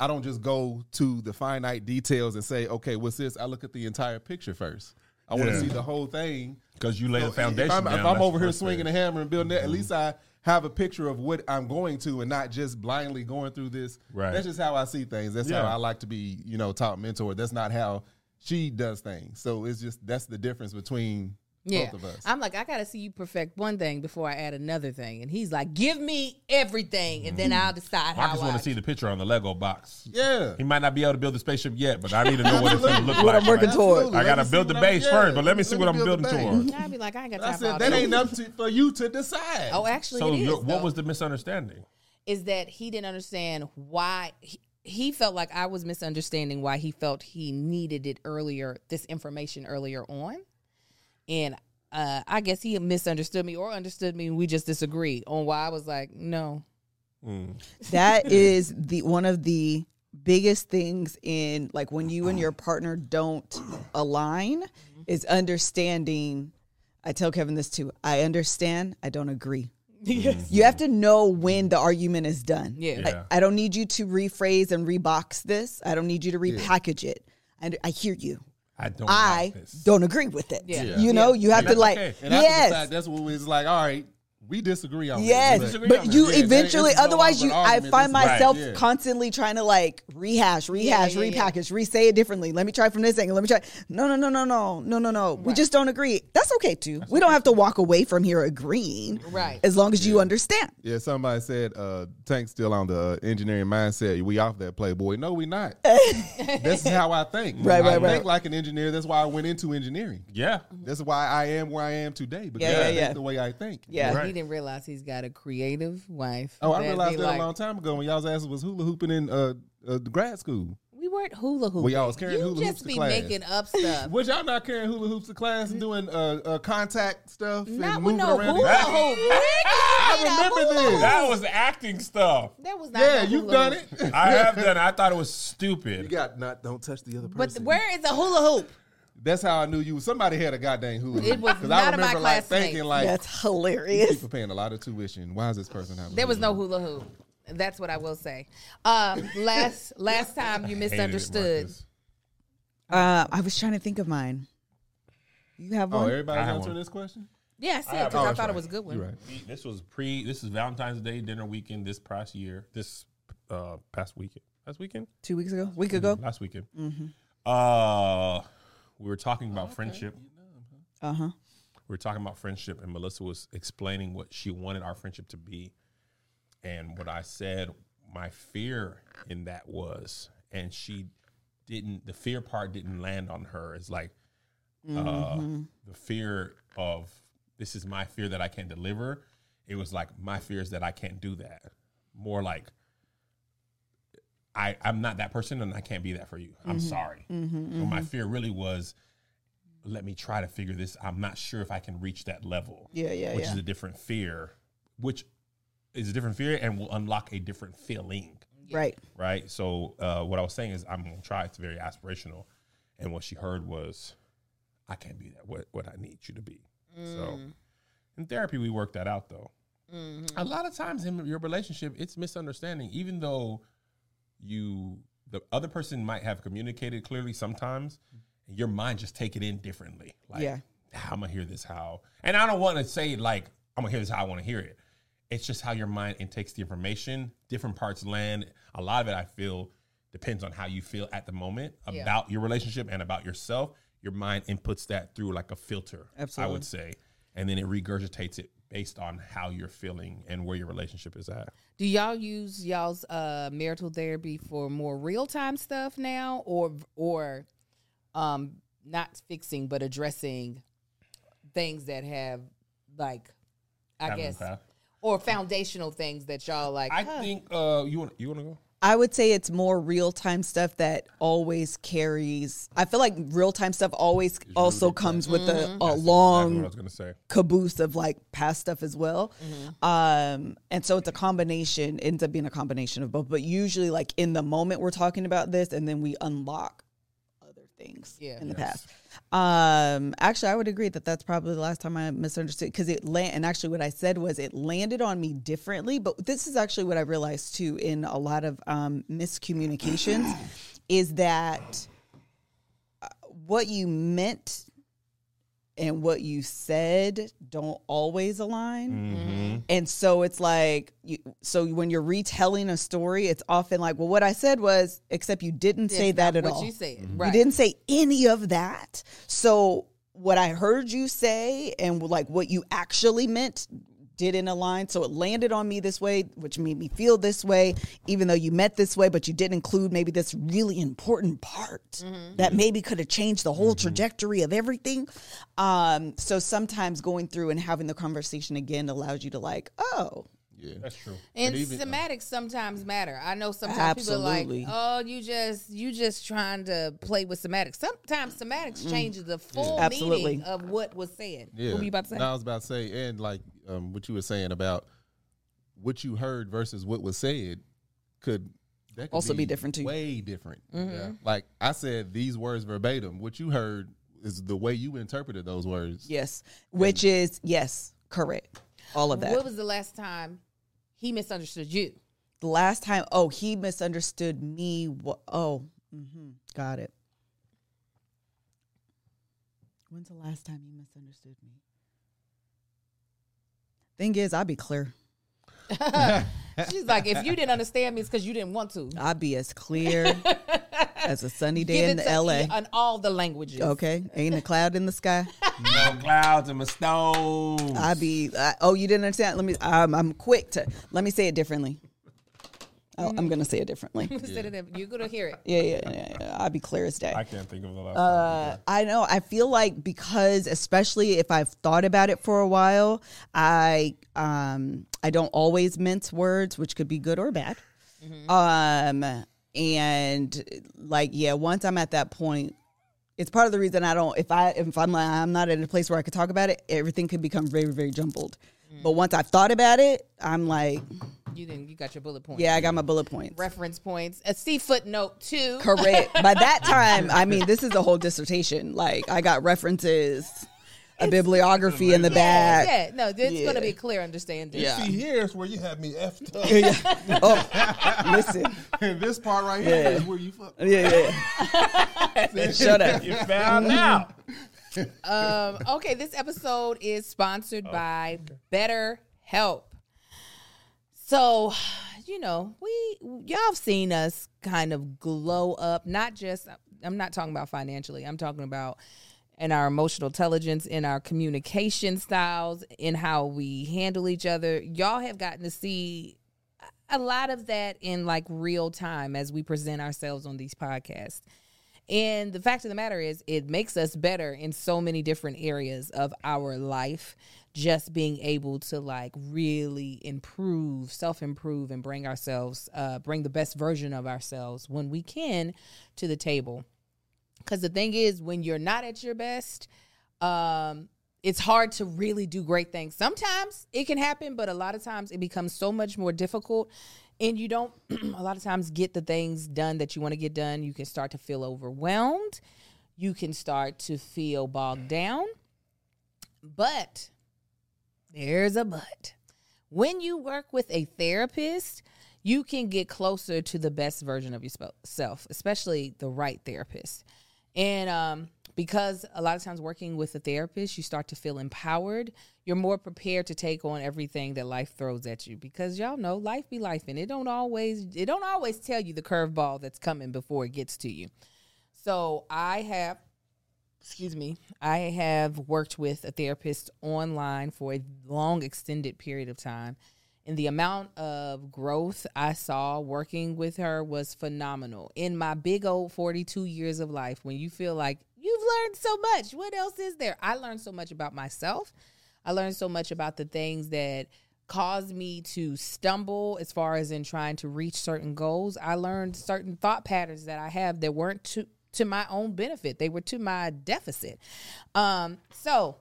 D: I don't just go to the finite details and say, okay, what's this? I look at the entire picture first. I want to
B: Yeah.
D: see the whole thing.
B: Because you lay the
D: So if-
B: foundation.
D: If I'm,
B: down,
D: if
B: that's Mm-hmm.
D: I'm over
B: the
D: here
B: first
D: swinging
B: thing.
D: a hammer and building that, at least I have a picture of what I'm going to and not just blindly going through this.
B: Right.
D: That's just how I see things. That's
B: Yeah.
D: how I like to be, you know, taught mentor. That's not how she does things. So it's just that's the difference between both of us.
A: I'm like, I gotta see you perfect one thing before I add another thing. And he's like, give me everything and then I'll decide
B: Mm-hmm. I
A: how
B: just
A: I
B: want to see the picture on the Lego box.
D: yeah.
B: He might not be able to build the spaceship yet, but I need to know what it's going to look like.
C: What I'm working
B: right?
C: toward.
D: Absolutely.
B: I
D: Let
B: gotta
D: me
B: build
D: see
B: the
D: what I'm-
B: base
D: yeah.
B: first, but let me see what I'm
D: build the
B: building
D: base.
B: toward.
A: I'd be like, I ain't got
D: I
A: time for all
D: said that
A: that.
D: ain't up to, for you to decide.
A: Oh, actually,
B: So,
A: it is.
B: your, what
A: though,
B: was the misunderstanding?
A: is that he didn't understand why he, he felt like I was misunderstanding why he felt he needed it earlier, this information earlier on, and uh, I guess he misunderstood me or understood me, and we just disagree on why I was like, no,
C: That is the one of the biggest things in like when you and your partner don't align
A: Mm-hmm.
C: is understanding. I tell Kevin this too. I understand. I don't agree.
A: yes,
C: You have to know when the argument is done.
A: Yeah.
B: Yeah.
C: I, I don't need you to rephrase and rebox this. I don't need you to repackage it. I, I hear you.
B: I don't.
C: I
B: like this.
C: don't agree with it.
A: Yeah.
C: You know, you have
B: that's
C: to like,
B: okay.
D: And after the fact,
C: yes,
D: that's what it's like. All right, we disagree on
C: yes.
D: this.
B: disagree
C: but
B: on
C: you
D: that. Yeah, that
C: eventually,
D: is no
C: otherwise, you
D: longer
C: I
D: argument.
C: find
D: This is-
C: myself
D: Right, yeah.
C: constantly trying to like rehash, rehash,
A: yeah, yeah.
C: repackage, re-say it differently. Let me try from this angle. Let me try. No, no, no, no, no, no, no, no. We just don't agree. That's okay too. we don't have to walk away from here agreeing.
A: Right.
C: As long as you understand.
D: Yeah, somebody said uh, Tank's still on the uh, engineering mindset. We off that playboy. No, we not. this is how I think.
C: Right,
D: I
C: right, right.
D: think like an engineer. That's why I went into engineering.
B: Yeah.
D: That's why I am where I am today because
C: Yeah, yeah,
D: I think
C: yeah.
D: the way I think.
C: Yeah.
A: he didn't realize he's got a creative wife.
D: Oh, I
A: that'd be
D: realized that
A: like,
D: a long time ago when y'all's asses was hula hooping in uh, uh, grad school.
A: We weren't hula hooping.
D: We always carrying
A: you
D: hula hoops
A: just
D: to
A: be
D: class.
A: making up stuff.
D: Was y'all not carrying hula hoops to class and doing uh, uh, contact stuff
A: Not
D: and
A: with
D: moving
A: no
D: around?
A: hula hoop. Nigga,
D: I
A: ain't a
D: remember
A: hula
D: this.
A: hoop.
B: That was acting stuff.
A: That was not.
D: Yeah,
A: no
D: you've
A: hula
D: done
A: hoop.
D: it.
B: I have done. it. I thought it was
D: You
B: stupid.
D: got not. Don't touch the other
A: But
D: person.
A: where is a hula hoop?
D: That's how I knew you. Somebody had a goddamn hula.
A: It was
D: 'Cause
A: none
D: I
A: of my
D: remember like
A: classmates.
D: thinking like
C: That's hilarious.
D: people paying a lot of tuition. Why is this person having?
A: There was
D: hula
A: no hula hoop. That's what I will say. Um, last last time you
B: Hated it,
A: misunderstood.
B: Marcus.
C: Uh, I was trying to think of mine. You have
D: hoop?
C: one.
D: Oh, everybody's
B: I had
D: answering
B: one.
D: this question.
A: Yeah, I said
B: Oh,
A: because I
B: that's
A: thought it
B: right.
A: was a good one.
D: You're right.
B: This was pre. This is Valentine's Day dinner weekend. This past year. This uh, past weekend. Last weekend.
C: Two weeks ago, week ago.
B: Last weekend.
A: Mm-hmm.
B: Uh, we were talking
A: Oh,
B: about friendship.
D: Mm-hmm.
C: Uh huh.
B: we were talking about friendship and melissa was explaining what she wanted our friendship to be and what i said my fear in that was and she didn't the fear part didn't land on her it's like
C: Mm-hmm.
B: uh, the fear of this is my fear that i can't deliver it was like my fear is that i can't do that more like I, I'm not that person and I can't be that for you.
C: Mm-hmm.
B: I'm sorry. But my fear really was let me try to figure this. I'm not sure if I can reach that level.
C: Yeah, yeah,
B: Which
C: yeah.
B: is a different fear, which is a different fear and will unlock a different feeling,
C: Right.
B: right? So uh, what I was saying is I'm gonna try. It's very aspirational, and what she heard was, I can't be that. What what I need you to be. So in therapy, we work that out though. A lot of times in your relationship, it's misunderstanding, even though you the other person might have communicated clearly sometimes and your mind just take it in differently like
C: Yeah.
B: how i'm gonna hear this how and i don't want to say like i'm gonna hear this how i want to hear it it's just how your mind intakes the information different parts land a lot of it i feel depends on how you feel at the moment
A: Yeah.
B: about your relationship and about yourself your mind inputs that through like a filter i
C: Absolutely.
B: would say and then it regurgitates it based on how you're feeling and where your relationship is at
A: Do y'all use y'all's uh, marital therapy for more real time stuff now, or or um, not fixing but addressing things that have like I
B: Having a
A: guess
B: craft.
A: or foundational things that y'all like
B: I think uh, you want you want to go.
C: I would say it's more real time stuff that always carries. I feel like real time stuff always also comes with a, a
B: That's what I
C: long
B: was gonna say.
C: caboose of like past stuff as well. Um, and so it's a combination, ends up being a combination of both. But usually, like in the moment, we're talking about this and then we unlock other things
A: Yeah.
C: in the past. Um, actually, I would agree that that's probably the last time I misunderstood because it land. And actually, what I said was it landed on me differently. But this is actually what I realized too in a lot of um, miscommunications is that uh, what you meant and what you said don't always align. And so it's like, you, so when you're retelling a story, it's often like, well, what I said was, except you didn't say
A: It's
C: that
A: not
C: at
A: what
C: all.
A: you said. Right.
C: You didn't say any of that. So what I heard you say and like what you actually meant didn't align. So it landed on me this way, which made me feel this way, even though you met this way, but you didn't include maybe this really important part that maybe could have changed the whole trajectory of everything. Um, so sometimes going through and having the conversation again allows you to like, oh,
D: Yeah.
B: That's true.
A: And
D: But even-
A: semantics sometimes matter. I know sometimes
C: uh, Absolutely.
A: people are like, "Oh, you just you just trying to play with semantics." Sometimes semantics changes the full
C: Mm. Absolutely.
A: meaning of what was said.
D: Yeah.
A: What were you about to say?
D: No, I was about to say, and like um, what you were saying about what you heard versus what was said could that could
C: Also be different too.
D: Way different.
A: Mm-hmm.
D: Yeah. Like I said these words verbatim. What you heard is the way you interpreted those words.
C: yes, which is yes, correct. All of that.
A: What was the last time he misunderstood you?
C: the last time oh he misunderstood me wha- oh hmm got it when's the last time you misunderstood me thing is i'd be clear
A: She's like, "If you didn't understand me, it's because you didn't want to."
C: i'd be as clear as a sunny
A: Give
C: day in
A: it
C: the
A: to-
C: la
A: on all the languages.
C: okay ain't a cloud in the sky
B: No clouds and my stones.
C: i be I, oh you didn't understand let me I'm, I'm quick to let me say it differently oh, i'm gonna say it differently
A: Instead of them, you're gonna hear it.
C: yeah yeah yeah, yeah. i'd be clear as day
B: I can't think of the last.
C: Uh, I know. I feel like because, especially if I've thought about it for a while, I um I don't always mince words, which could be good or bad. Um, and like yeah, once I'm at that point, it's part of the reason I don't. If I if I'm like I'm not in a place where I could talk about it, everything could become very very jumbled. But once I've thought about it, I'm like,
A: You didn't. You got your bullet points.
C: yeah, I got my bullet points.
A: Reference points. A C footnote two.
C: Correct. By that time, I mean this is a whole dissertation. Like I got references, a bibliography in the
A: Yeah,
C: back.
A: yeah. No, it's
C: Yeah.
A: gonna be a clear understanding.
C: Yeah.
D: See, here's where you have me effed up.
C: Oh, listen.
D: and this part right
C: Yeah.
D: here is where you fuck.
C: Yeah, yeah. Shut up.
B: you found out.
A: Um, okay, this episode is sponsored by Better Help. So, you know, we y'all have seen us kind of glow up, not just I'm not talking about financially. I'm talking about in our emotional intelligence, in our communication styles, in how we handle each other. Y'all have gotten to see a lot of that in like real time as we present ourselves on these podcasts. And the fact of the matter is, it makes us better in so many different areas of our life. Just being able to like really improve, self improve, and bring ourselves, uh, bring the best version of ourselves when we can to the table. Because the thing is, when you're not at your best, um, it's hard to really do great things. Sometimes it can happen, but a lot of times it becomes so much more difficult, and you don't, a lot of times, get the things done that you want to get done. You can start to feel overwhelmed, you can start to feel bogged down. But there's a but. When you work with a therapist, you can get closer to the best version of yourself, especially the right therapist. And um, because a lot of times working with a therapist, you start to feel empowered. You're more prepared to take on everything that life throws at you because y'all know life be life, and it don't always it don't always tell you the curveball that's coming before it gets to you. So I have excuse me, I have worked with a therapist online for a long, extended period of time. And the amount of growth I saw working with her was phenomenal. In my big old 42 years of life, when you feel like you've learned so much. What else is there? I learned so much about myself. I learned so much about the things that caused me to stumble as far as in trying to reach certain goals. I learned certain thought patterns that I have that weren't to to my own benefit. They were to my deficit. Um, so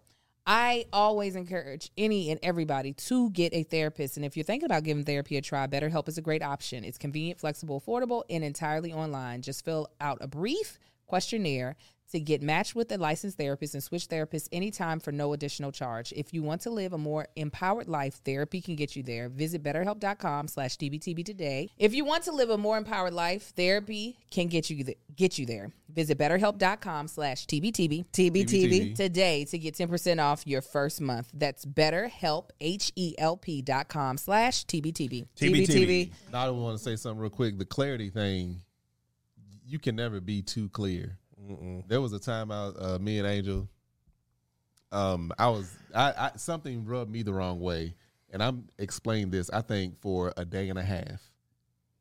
A: I always encourage any and everybody to get a therapist. And if you're thinking about giving therapy a try, BetterHelp is a great option. It's convenient, flexible, affordable, and entirely online. Just fill out a brief questionnaire to get matched with a licensed therapist and switch therapists anytime for no additional charge. If you want to live a more empowered life, therapy can get you there. Visit betterhelp.com slash DBTB today. If you want to live a more empowered life, therapy can get you, th- get you there. Visit betterhelp.com slash TBTB
C: TBTB.
A: today to get 10% off your first month. That's betterhelp, H-E-L-P dot com slash TBTB.
B: TBTB.
D: Now, I want to say something real quick. The clarity thing, you can never be too clear. There was a time I, uh, me and Angel, um, I was I, I something rubbed me the wrong way, and I'm explaining this I think for a day and a half,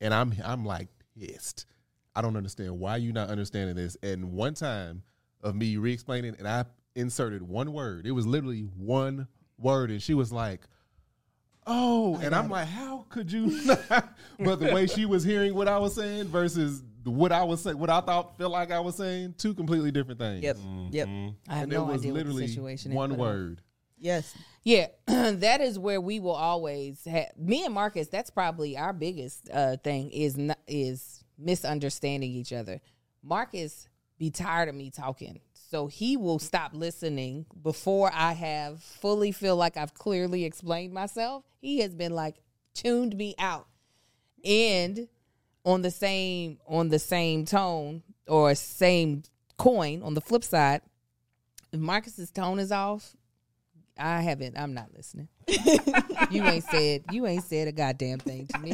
D: and I'm I'm like pissed. I don't understand why you not understanding this. And one time of me re-explaining, and I inserted one word. It was literally one word, and she was like. Oh, and I'm like, how could you not? But the way she was hearing what I was saying versus the- what I was saying, what I thought felt like I was saying, two completely different things.
C: Yep. Yep.
A: I have
D: And
A: no
D: it was
A: idea what
D: literally
A: the situation is.
D: one
A: but-
D: word.
C: Yes.
A: Yeah, that is where we will always have me and Marcus. That's probably our biggest uh, thing is n is misunderstanding each other. Marcus be tired of me talking, so he will stop listening before I have fully feel like I've clearly explained myself. He has been like tuned me out, and on the same on the same tone or same coin on the flip side, if Marcus's tone is off, I haven't. I'm not listening. you ain't said you ain't said a goddamn thing to me.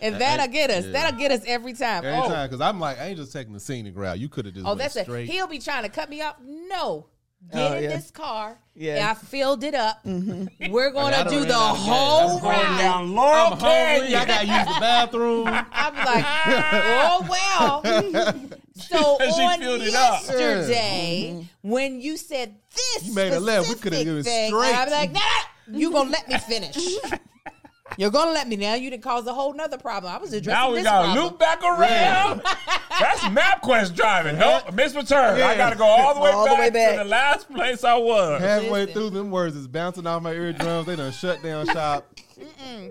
A: and that'll get us.
D: yeah.
A: That'll get us every time.
D: Every
A: oh,
D: time, because I'm like, Angel's taking the scenic route. You could have just
A: oh,
D: went
A: that's a.
D: straight.
A: He'll be trying to cut me off. No, get
C: Oh,
A: in
C: yeah.
A: this car.
C: Yeah.
A: Yeah, I filled it up.
D: Mm-hmm.
A: We're gonna
D: done
A: do
D: ran
A: the
D: out of gas.
A: whole
D: I'm going
A: ride.
B: Laurel
D: I'm hungry. I gotta use the bathroom.
A: I'm like, oh well. so
B: She
A: on
B: filled it up.
A: yesterday, when you said this,
D: You made a left. We
A: specific
D: coulda given
A: thing,
D: straight.
A: I'm like, no, no, no, you gonna let me finish. You're gonna let me now. You didn't cause a whole nother problem. I was addressing
B: Now we
A: this
B: gotta
A: problem.
B: loop back around. That's MapQuest driving. Nope, misreturn. I
D: Yeah.
B: gotta go all the way
C: All the
B: back
C: way back.
B: to the last place I was.
D: Halfway
A: Listen.
D: through, them words is bouncing off my eardrums. They done shut down shop.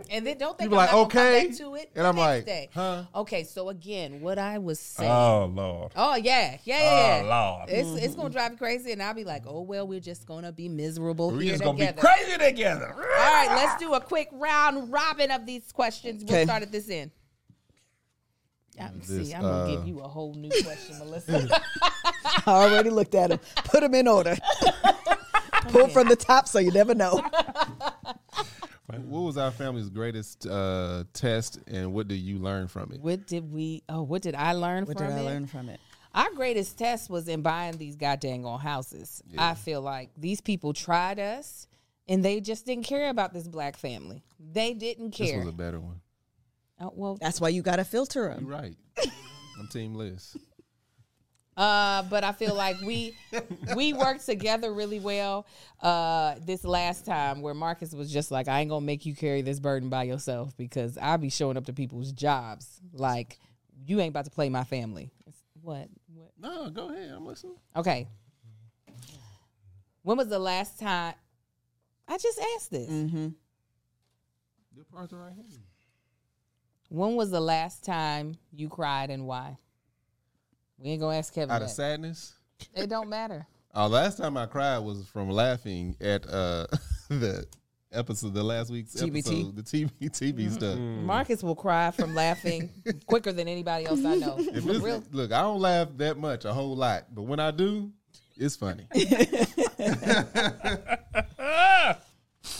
A: And then don't think
D: You be
A: I'm not
D: like,
A: gonna
D: okay.
A: come back to it.
D: And
A: the
D: I'm
A: next
D: like,
A: day.
D: huh?
A: Okay, so again, what I was saying.
B: Oh Lord.
A: Oh yeah, yeah, yeah.
B: Oh,
A: yeah.
B: Lord.
A: It's
D: Mm-hmm.
A: it's gonna drive you crazy, and I'll be like, oh well, we're just gonna be miserable
B: We
A: here
B: just gonna
A: together.
B: be crazy together.
A: All right, let's do a quick round robin of these questions. We'll
C: Okay.
A: start at this end. i
D: This,
A: see, I'm gonna
D: uh,
A: give you a whole new question, Melissa.
C: I already looked at them. Put them in order. Pull from the top so you never know.
D: What was our family's greatest uh, test, and what did you learn from it?
A: what did we? Oh, what did I learn
C: What
A: from
C: did I
A: it?
C: learn from it?
A: Our greatest test was in buying these goddamn on houses. I feel like these people tried us, and they just didn't care about this black family. They didn't
D: This
A: care.
D: was a better one.
A: oh, well,
C: That's why you got to filter
D: You're
C: them.
D: right. I'm Team Liz.
A: Uh, but I feel like we we worked together really well uh, this last time where Marcus was just like, I ain't gonna make you carry this burden by yourself because I be showing up to people's jobs like you ain't about to play my family. It's- What? What?
D: No, go ahead. I'm listening.
A: Okay. When was the last time? I just asked this.
D: Good parts are right here.
A: When was the last time you cried and why? We ain't gonna ask Kevin.
D: Out of
A: that.
D: sadness.
A: It don't matter.
D: Uh, last time I cried was from laughing at uh, the episode, the last week's
C: TBT.
D: episode, the TV,
B: Mm-hmm.
D: TV stuff.
A: Mm. Marcus will cry from laughing quicker than anybody else I know.
D: If it's-
A: Real-
D: Look, I don't laugh that much, a whole lot, but when I do, it's funny.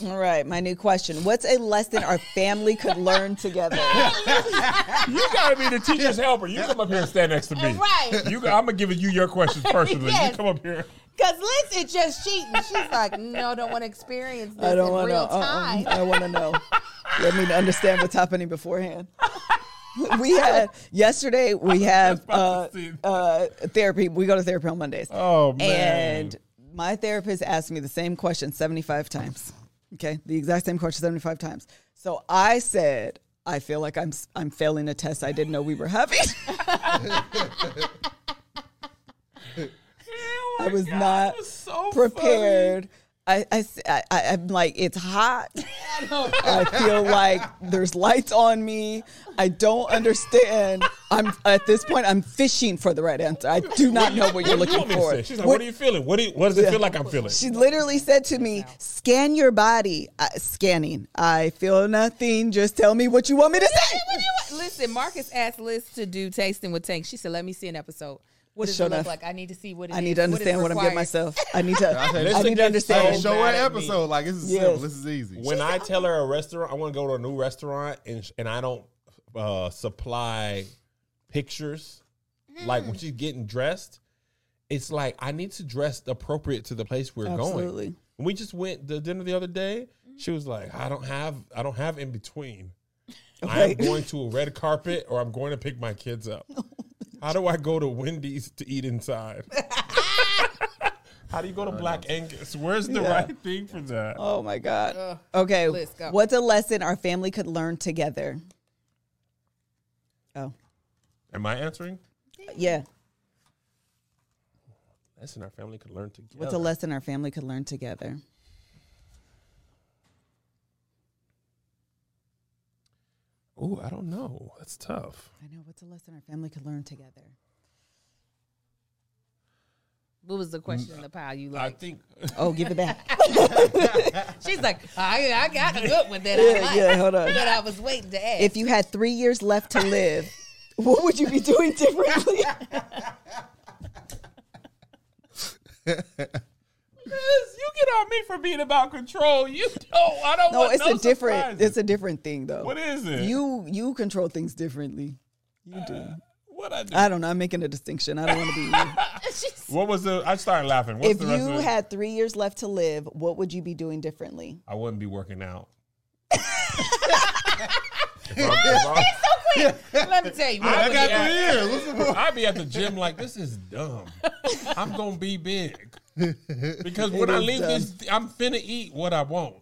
C: All right, my new question. What's a lesson our family could learn together?
B: You gotta be the teacher's helper. You come up here and stand next to me.
A: Right.
B: You, I'm gonna give you your questions personally.
A: Yes.
B: You come up here.
A: Cause Liz is just cheating. She's like, no, don't want to experience this
C: I don't uh-uh. mm,
A: in
C: want to.
A: real time.
C: I want to know. Let me understand what's happening beforehand. we had yesterday. We have uh,
B: about to see it.
C: uh, therapy. We go to therapy on Mondays.
B: Oh, man.
C: And my therapist asked me the same question seventy five times. Okay, the exact same question seventy five times. So I said, I feel like I'm s- I'm failing a test I didn't know we were having. I was not prepared. I, I, s- I, I- I'm like, it's hot. I feel like there's lights on me. I don't understand. I'm at this point. I'm fishing for the right answer. I do not know what you're
F: What do you
C: looking
F: want me to
C: for.
F: say? She's like, what, are you feeling? What, do you, what does it feel like I'm feeling?
C: She literally said to me, "Scan your body." Uh, scanning. I feel nothing. Just tell me what you want me to say.
A: Listen, Marcus asked Liz to do tasting with Tank. She said, "Let me see an episode. What does
C: Sure
A: it look
C: enough.
A: like? I need to see what it
C: I
A: is.
C: need to
A: What is
C: understand what I'm getting
A: required."
C: myself. I need to. I
F: Listen,
C: need to
F: get
C: understand.
F: so
D: show her
F: mad at me.
D: episode. Like this is
C: Yes.
D: simple. This is easy.
F: When I tell her a restaurant, I want to go to a new restaurant, and sh- and I don't uh, supply pictures. Like
C: Mm.
F: when she's getting dressed, it's like I need to dress appropriate to the place we're
C: Absolutely. Mm-hmm.
F: going. When we just went to dinner the other day, she was like, "I don't have, I don't have in between. I'm
C: Okay.
F: going to a red carpet, or I'm going to pick my kids up. How do I go to Wendy's to eat inside? How do you go to Black Angus? Where's the
C: Yeah.
F: right thing for that?
C: Oh my god. okay.
A: Liz, go.
C: What's a lesson our family could learn together? Oh
F: Am I answering?
C: yeah.
F: That's in our family could learn together.
C: What's a lesson our family could learn together?
F: Oh, I don't know. That's tough.
C: I know. What's a lesson our family could learn together?
A: What was the question in the pile you
B: I
A: like?
B: think
C: Oh, give it back.
A: She's like, I, I got a good one that I
C: yeah,
A: like,
C: yeah, hold on.
A: but I was waiting to ask.
C: If you had three years left to live, what would you be doing differently?
B: you get on me for being about control. You don't. I don't.
C: No,
B: want
C: it's
B: no
C: a different.
B: surprises.
C: It's a different thing, though.
B: what is it? Uh,
C: You you control things differently. You do.
B: What I do?
C: I don't know. I'm making a distinction. I don't want to be. you.
B: What was the? I started laughing. What's
C: if
B: the rest
C: you
B: of it?
C: had three years left to live, what would you be doing differently?
B: I wouldn't be working out.
A: Let me tell you, what
B: I
A: was
B: got
A: your-
B: three years. What's the problem? I'd be at the gym like this is dumb. I'm gonna be big because when I
C: is
B: leave this, I'm finna eat what I want.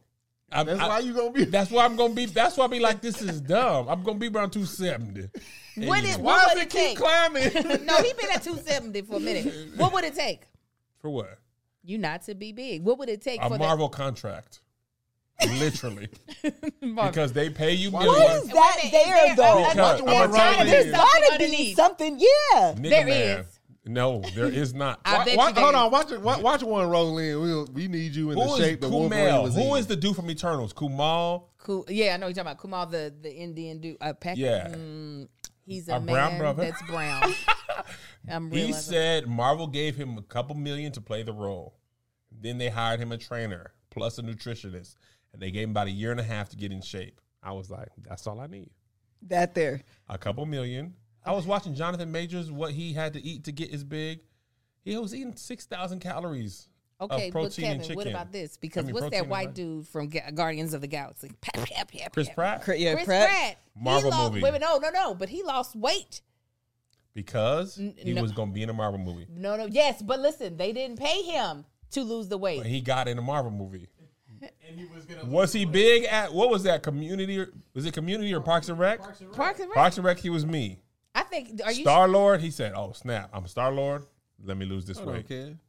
B: I'm,
D: That's
B: I-
D: why you gonna be.
B: That's why I'm gonna be. That's why I be like, this is dumb. I'm gonna be around 270. And
A: What
B: you-
A: is-
B: why
A: what
B: does
A: would
B: it
A: it
B: keep climbing?
A: no, he been at two seventy for a minute. What would it take?
B: For what?
A: You not to be big. What would it take
B: A
A: for
B: Marvel contract, literally,
A: that?
B: because they pay you
C: What
B: millions.
C: is that
A: Wait a minute,
C: there
A: is there
C: though?
A: another
B: Because
A: one?
B: I'm
A: Gotta
B: a writer.
A: be
C: There's
B: There's
C: gotta
A: something
C: be
A: underneath.
C: something. Yeah.
B: Nigga
A: There
B: man.
A: is.
B: No, there is not.
A: I
B: Why-
A: bet
B: why-
A: you there
D: Hold
A: is.
D: on, watch it. wa- Watch one roll in. We'll, we need you in
B: Who
D: the
B: is
D: shape that Wolverine
B: Kumail?
D: was
B: Who
D: in.
B: is the dude from Eternals? Kumal?
A: Cool. Yeah, I know you're talking about Kumal, the the Indian dude. Uh, Pac-
B: Yeah.
A: Mm, he's a,
B: A
A: man
B: brown brother.
A: that's brown. I'm
B: He
A: realizing.
B: said Marvel gave him a couple million to play the role. Then they hired him a trainer plus a nutritionist, and they gave him about a year and a half to get in shape. I was like, that's all I need.
C: That there.
B: A couple million. I was watching Jonathan Majors what he had to eat to get as big. He was eating six thousand calories.
A: okay,
B: of
A: but
B: protein and
A: Kevin, what
B: chicken.
A: about this? Because
B: I mean,
A: what's
B: protein
A: that
B: and
A: white
B: rice.
A: dude from Ga- Guardians of the Galaxy? Pap, pap, pap,
B: Chris
A: pap.
B: Pratt?
C: Cr- Yeah,
A: Chris
C: prep.
A: Pratt.
B: Marvel
A: he lost,
B: movie.
A: Wait, wait, no, no, no. But he lost weight.
B: Because
A: N-
B: he
A: no.
B: was gonna be in a Marvel movie.
A: No, no. Yes, but listen, they didn't pay him to lose the weight.
B: But he got in a Marvel movie.
E: And he was gonna.
B: Was he big at what was that community? or- Was it community or Parks and Rec?
E: Parks and Rec.
A: Parks and Rec.
B: Parks and Rec, he was me.
A: I think. Are you?
B: Star Lord, he said, "Oh snap, I'm Star Lord. Let me lose this
D: Hold on,
B: weight.
D: Kev.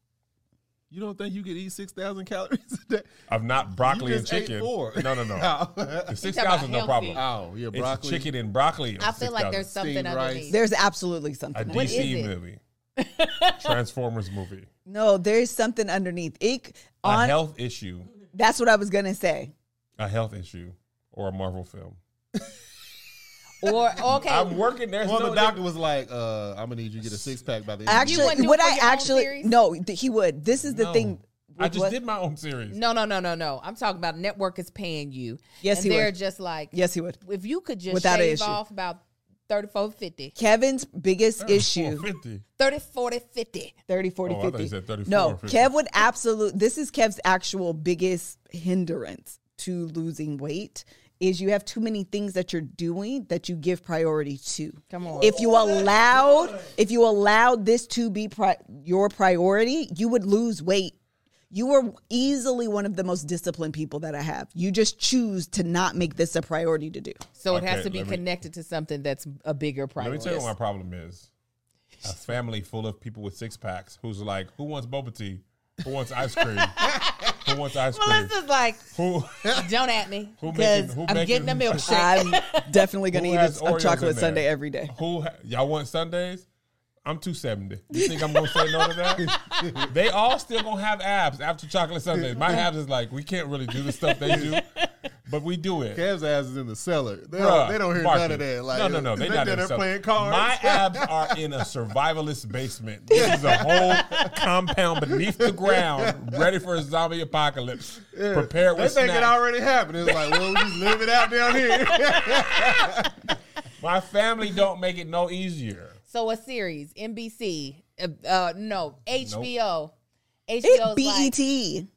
D: You don't think you could eat six thousand calories a day?
B: I'm not broccoli
D: You
B: and
D: just ate
B: chicken.
D: four.
B: No, no, no.
D: Ow.
B: The six
A: talking about
B: thousand, no
A: healthy.
B: problem.
D: Ow, yeah,
B: It's
D: broccoli.
B: chicken and broccoli.
A: I feel like there's
B: 6,000.
A: something
D: Steamed rice.
A: underneath.
C: There's absolutely
B: a
C: something.
B: DC
A: What is it?
B: movie, Transformers movie,
C: No, there's something underneath. It
B: a
C: on.
B: health issue,
C: that's what I was gonna say.
B: a health issue, or a Marvel film.
A: or okay.
C: Oh.
B: I'm working. There's
D: Well,
B: no
D: the doctor was like, uh, "I'm gonna need you to get a six pack by the end." of the
A: You wouldn't
C: Actually,
A: do
C: what
A: it for
C: I
A: your own
C: actually
A: series?
C: no, th- he would. This is the
B: No.
C: thing.
B: I
C: with
B: just
C: what-
B: did my own series.
A: No, no, no, no, no. I'm talking about network is paying you.
C: Yes,
A: and
C: he
A: they're
C: would.
A: just like
C: Yes, he would.
A: If you could just
C: Without an
A: shave
C: issue.
A: off about 34, 50,
C: Kevin's biggest issue
B: 450.
A: 30, 40, 50.
C: 30, 40,
B: Oh, I thought
C: 50.
B: you said 34
C: no,
B: or 50.
C: Kev would absolute. This is Kev's actual biggest hindrance to losing weight is you have too many things that you're doing that you give priority to.
A: Come on.
C: If you allowed, if you allowed this to be pri- your priority, you would lose weight. You are easily one of the most disciplined people that I have. You just choose to not make this a priority to do.
A: So it
B: Okay,
A: has to be
B: let me-
A: connected to something that's a bigger
B: Let me
A: priority.
B: tell you what my problem is. A family full of people with six packs who's like, who wants boba tea? Who wants ice cream? who wants ice cream?
A: Melissa's like,
B: Who
A: don't at me
B: Who
A: because
B: making- who
A: I'm
B: making-
A: getting a milkshake.
C: I'm definitely going to
B: Who
C: eat
B: has
C: a,
B: Oreos
C: a
B: in
C: chocolate
B: there?
C: sundae every day.
B: who ha- y'all want Sundays? I'm 270. You think I'm gonna say no to that? they all still gonna have abs after chocolate Sundays. My abs is like we can't really do the stuff they do, but we do it.
D: Cavs ass is in the cellar. They,
B: Bruh,
D: don't, they don't hear
B: Marky.
D: none of that. Like,
B: no, no, no. They not
D: there
B: in stuff.
D: playing cards.
B: My abs are in a survivalist basement. This is a whole compound beneath the ground, ready for a zombie apocalypse. Prepared
D: they
B: with
D: think
B: snacks.
D: it already happened. It's like, well, we just live it out down here.
B: My family don't make it no easier.
A: So a series, NBC, uh, uh no, HBO.
C: It E
A: HBO 's like-
C: BET.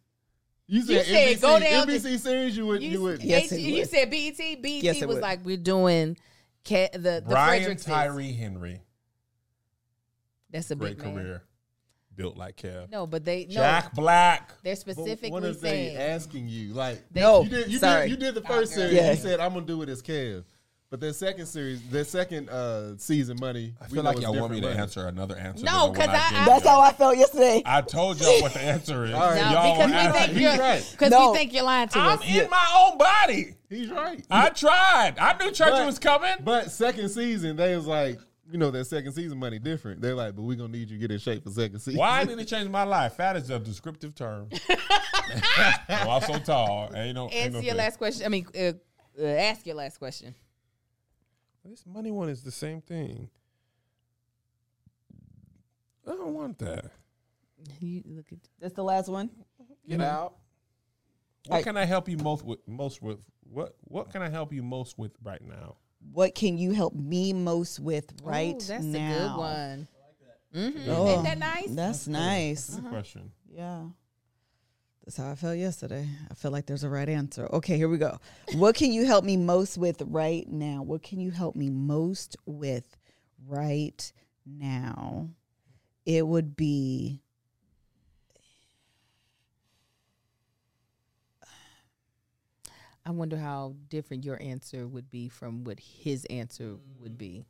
D: You said,
A: said
D: NBC,
A: go down to-
D: NBC series you would
A: you,
D: you would
A: H-
C: Yes, it
A: you
C: would.
A: said E BET. BET
C: Yes, it
A: was
C: would.
A: like we're doing ca- the the
B: Brian
A: Fredericks.
B: Tyree Henry,
A: That's a
B: great
A: big man.
B: career, built like Kev.
A: No, but they no.
B: Jack Black.
A: They're
D: But
A: specifically
D: what is they
A: saying
D: asking you? Like,
C: No,
D: you did, you
C: sorry.
D: did, you did the first series.
C: Yeah.
D: You said I'm gonna do it as Kev, but their second series, their second uh, season, money.
B: I feel like y'all want me to answer another answer.
A: No,
B: than the one
A: 'cause I-
B: gave
A: I-
C: That's
B: y'all.
C: how I felt yesterday.
B: I told y'all what the answer is.
D: right.
A: no,
B: y'all
A: because
B: act
A: we
B: like
A: think
D: he's
A: you're
D: right.
A: because
C: No.
A: we think you're lying to
B: I'm
A: us.
B: in my own body.
D: He's right.
B: I tried. I knew church
D: But-
B: was coming.
D: But second season, they was like, you know, their second season money different. They're like, but we gonna need you to get in shape for second season.
B: Why did it change my life? Fat is a descriptive term. Oh, I'm also tall. Ain't no. Ain't no
A: Answer your
B: thing.
A: last question. I mean, uh, uh, ask your last question.
B: This money one is the same thing. I don't want that.
A: You look at
C: That's the last one.
B: Get out. What
C: I-
B: can I help you most with? Most with what? What can I help you most with right now?
C: What can you help me most with right
A: Ooh, that's
C: now?
A: a good one. Mm-hmm.
C: Oh,
A: Ain't that nice?
C: That's nice.
B: Good
A: Uh-huh.
B: Question.
C: Yeah. That's how I felt yesterday. I feel like there's a right answer. Okay, here we go. What can you help me most with right now? What can you help me most with right now? It would be
A: I wonder how different your answer would be from what his answer would be.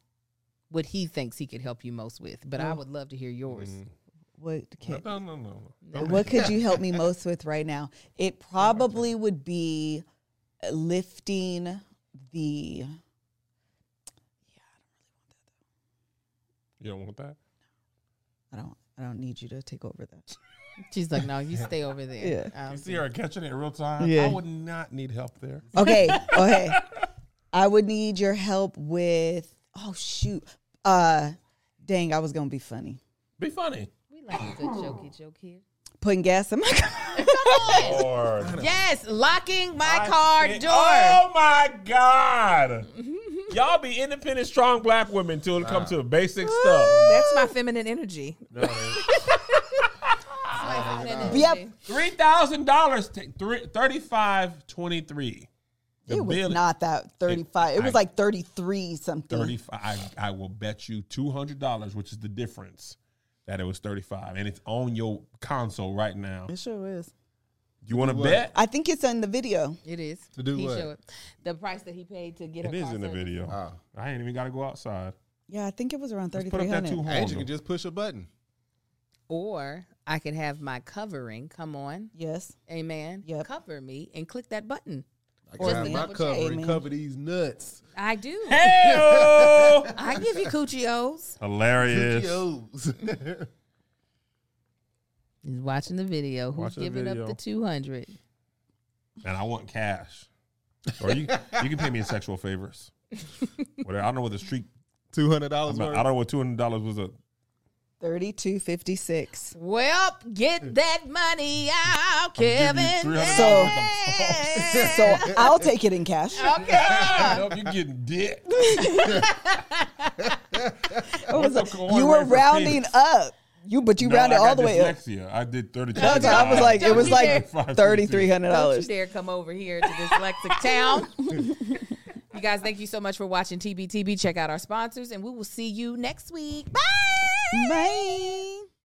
A: What he thinks he could help you most with. But I would love to hear yours.
B: Mm-hmm.
C: what can,
B: No, no, no, no.
C: what could you help me most with right now?
B: Oh
C: It probably would be uh, lifting the
B: You don't want that.
C: I don't I don't need you to take over that.
A: She's like, no, you stay over there. Um,
B: You see her catching it in real time. I
C: Yeah.
B: would not need help there.
C: Okay, okay. I would need your help with oh shoot. Uh dang, I was gonna be funny.
B: Be funny.
A: we like a good
B: "Oh."
A: jokey joke here.
C: Putting gas in my car.
B: Or
A: Yes, locking my car door.
B: Oh my God. Y'all be independent, strong black women till it comes to basic stuff.
A: That's my feminine energy. That's my feminine energy.
C: Yep.
B: Three thousand dollars, thirty-five twenty-three. The
C: It was
B: bill-
C: not that thirty five. It was
B: I-
C: like thirty three something.
B: thirty-five. I, I will bet you two hundred dollars, which is the difference, that it was thirty-five, and it's on your console right now.
C: It sure is.
B: You want to bet?
C: I think it's in the video.
A: It is.
D: To do
A: he
D: what?
A: showed The price that he paid to get
B: It
A: her
B: is
A: car
B: in the
A: serviced.
B: video. I ain't even got to go outside.
C: Yeah, I think it was around
B: Let's
C: thirty
B: put
C: three
B: up that
C: hundred.
B: two
D: And you can
B: hundred.
D: just push a button.
A: Or I could have my covering come on.
C: Yes.
A: Amen.
C: Yep.
A: Cover me and click that button.
D: I
A: Just
D: can have
A: the
D: my
A: double
D: cover
C: check,
D: and
C: man.
D: cover these nuts.
A: I do.
B: Hey,
A: I give you coochios.
B: hilarious.
D: Cookies.
A: He's watching the video. Who's
B: Watching the
A: giving
B: video.
A: up the two hundred?
B: and I want cash. Or you, you can pay me in sexual favors. Whatever. I don't know what the street.
D: Two hundred
B: I
D: dollars
B: don't
D: worth.
B: know what two hundred dollars was a.
C: Thirty two fifty six.
A: Well, get that money out,
B: give you
A: Kevin.
B: $300
C: So-
A: Yeah.
C: So I'll take it in cash.
B: Ah, you getting dick?
C: It was
B: the
C: a-
B: going away
C: you were
B: from
C: rounding
B: penis?
C: up. You but you
B: No,
C: rounded
B: I got
C: all the way up.
B: dyslexia. I did thirty.
C: That's why I was like, it
A: Don't
C: was
A: you dare.
C: like
B: Five, two,
C: thirty three hundred
A: Don't you
C: dollars.
A: dare come over here to dyslexic town. you guys, thank you so much for watching TBTB. Check out our sponsors, and we will see you next week. Bye.
C: Bye.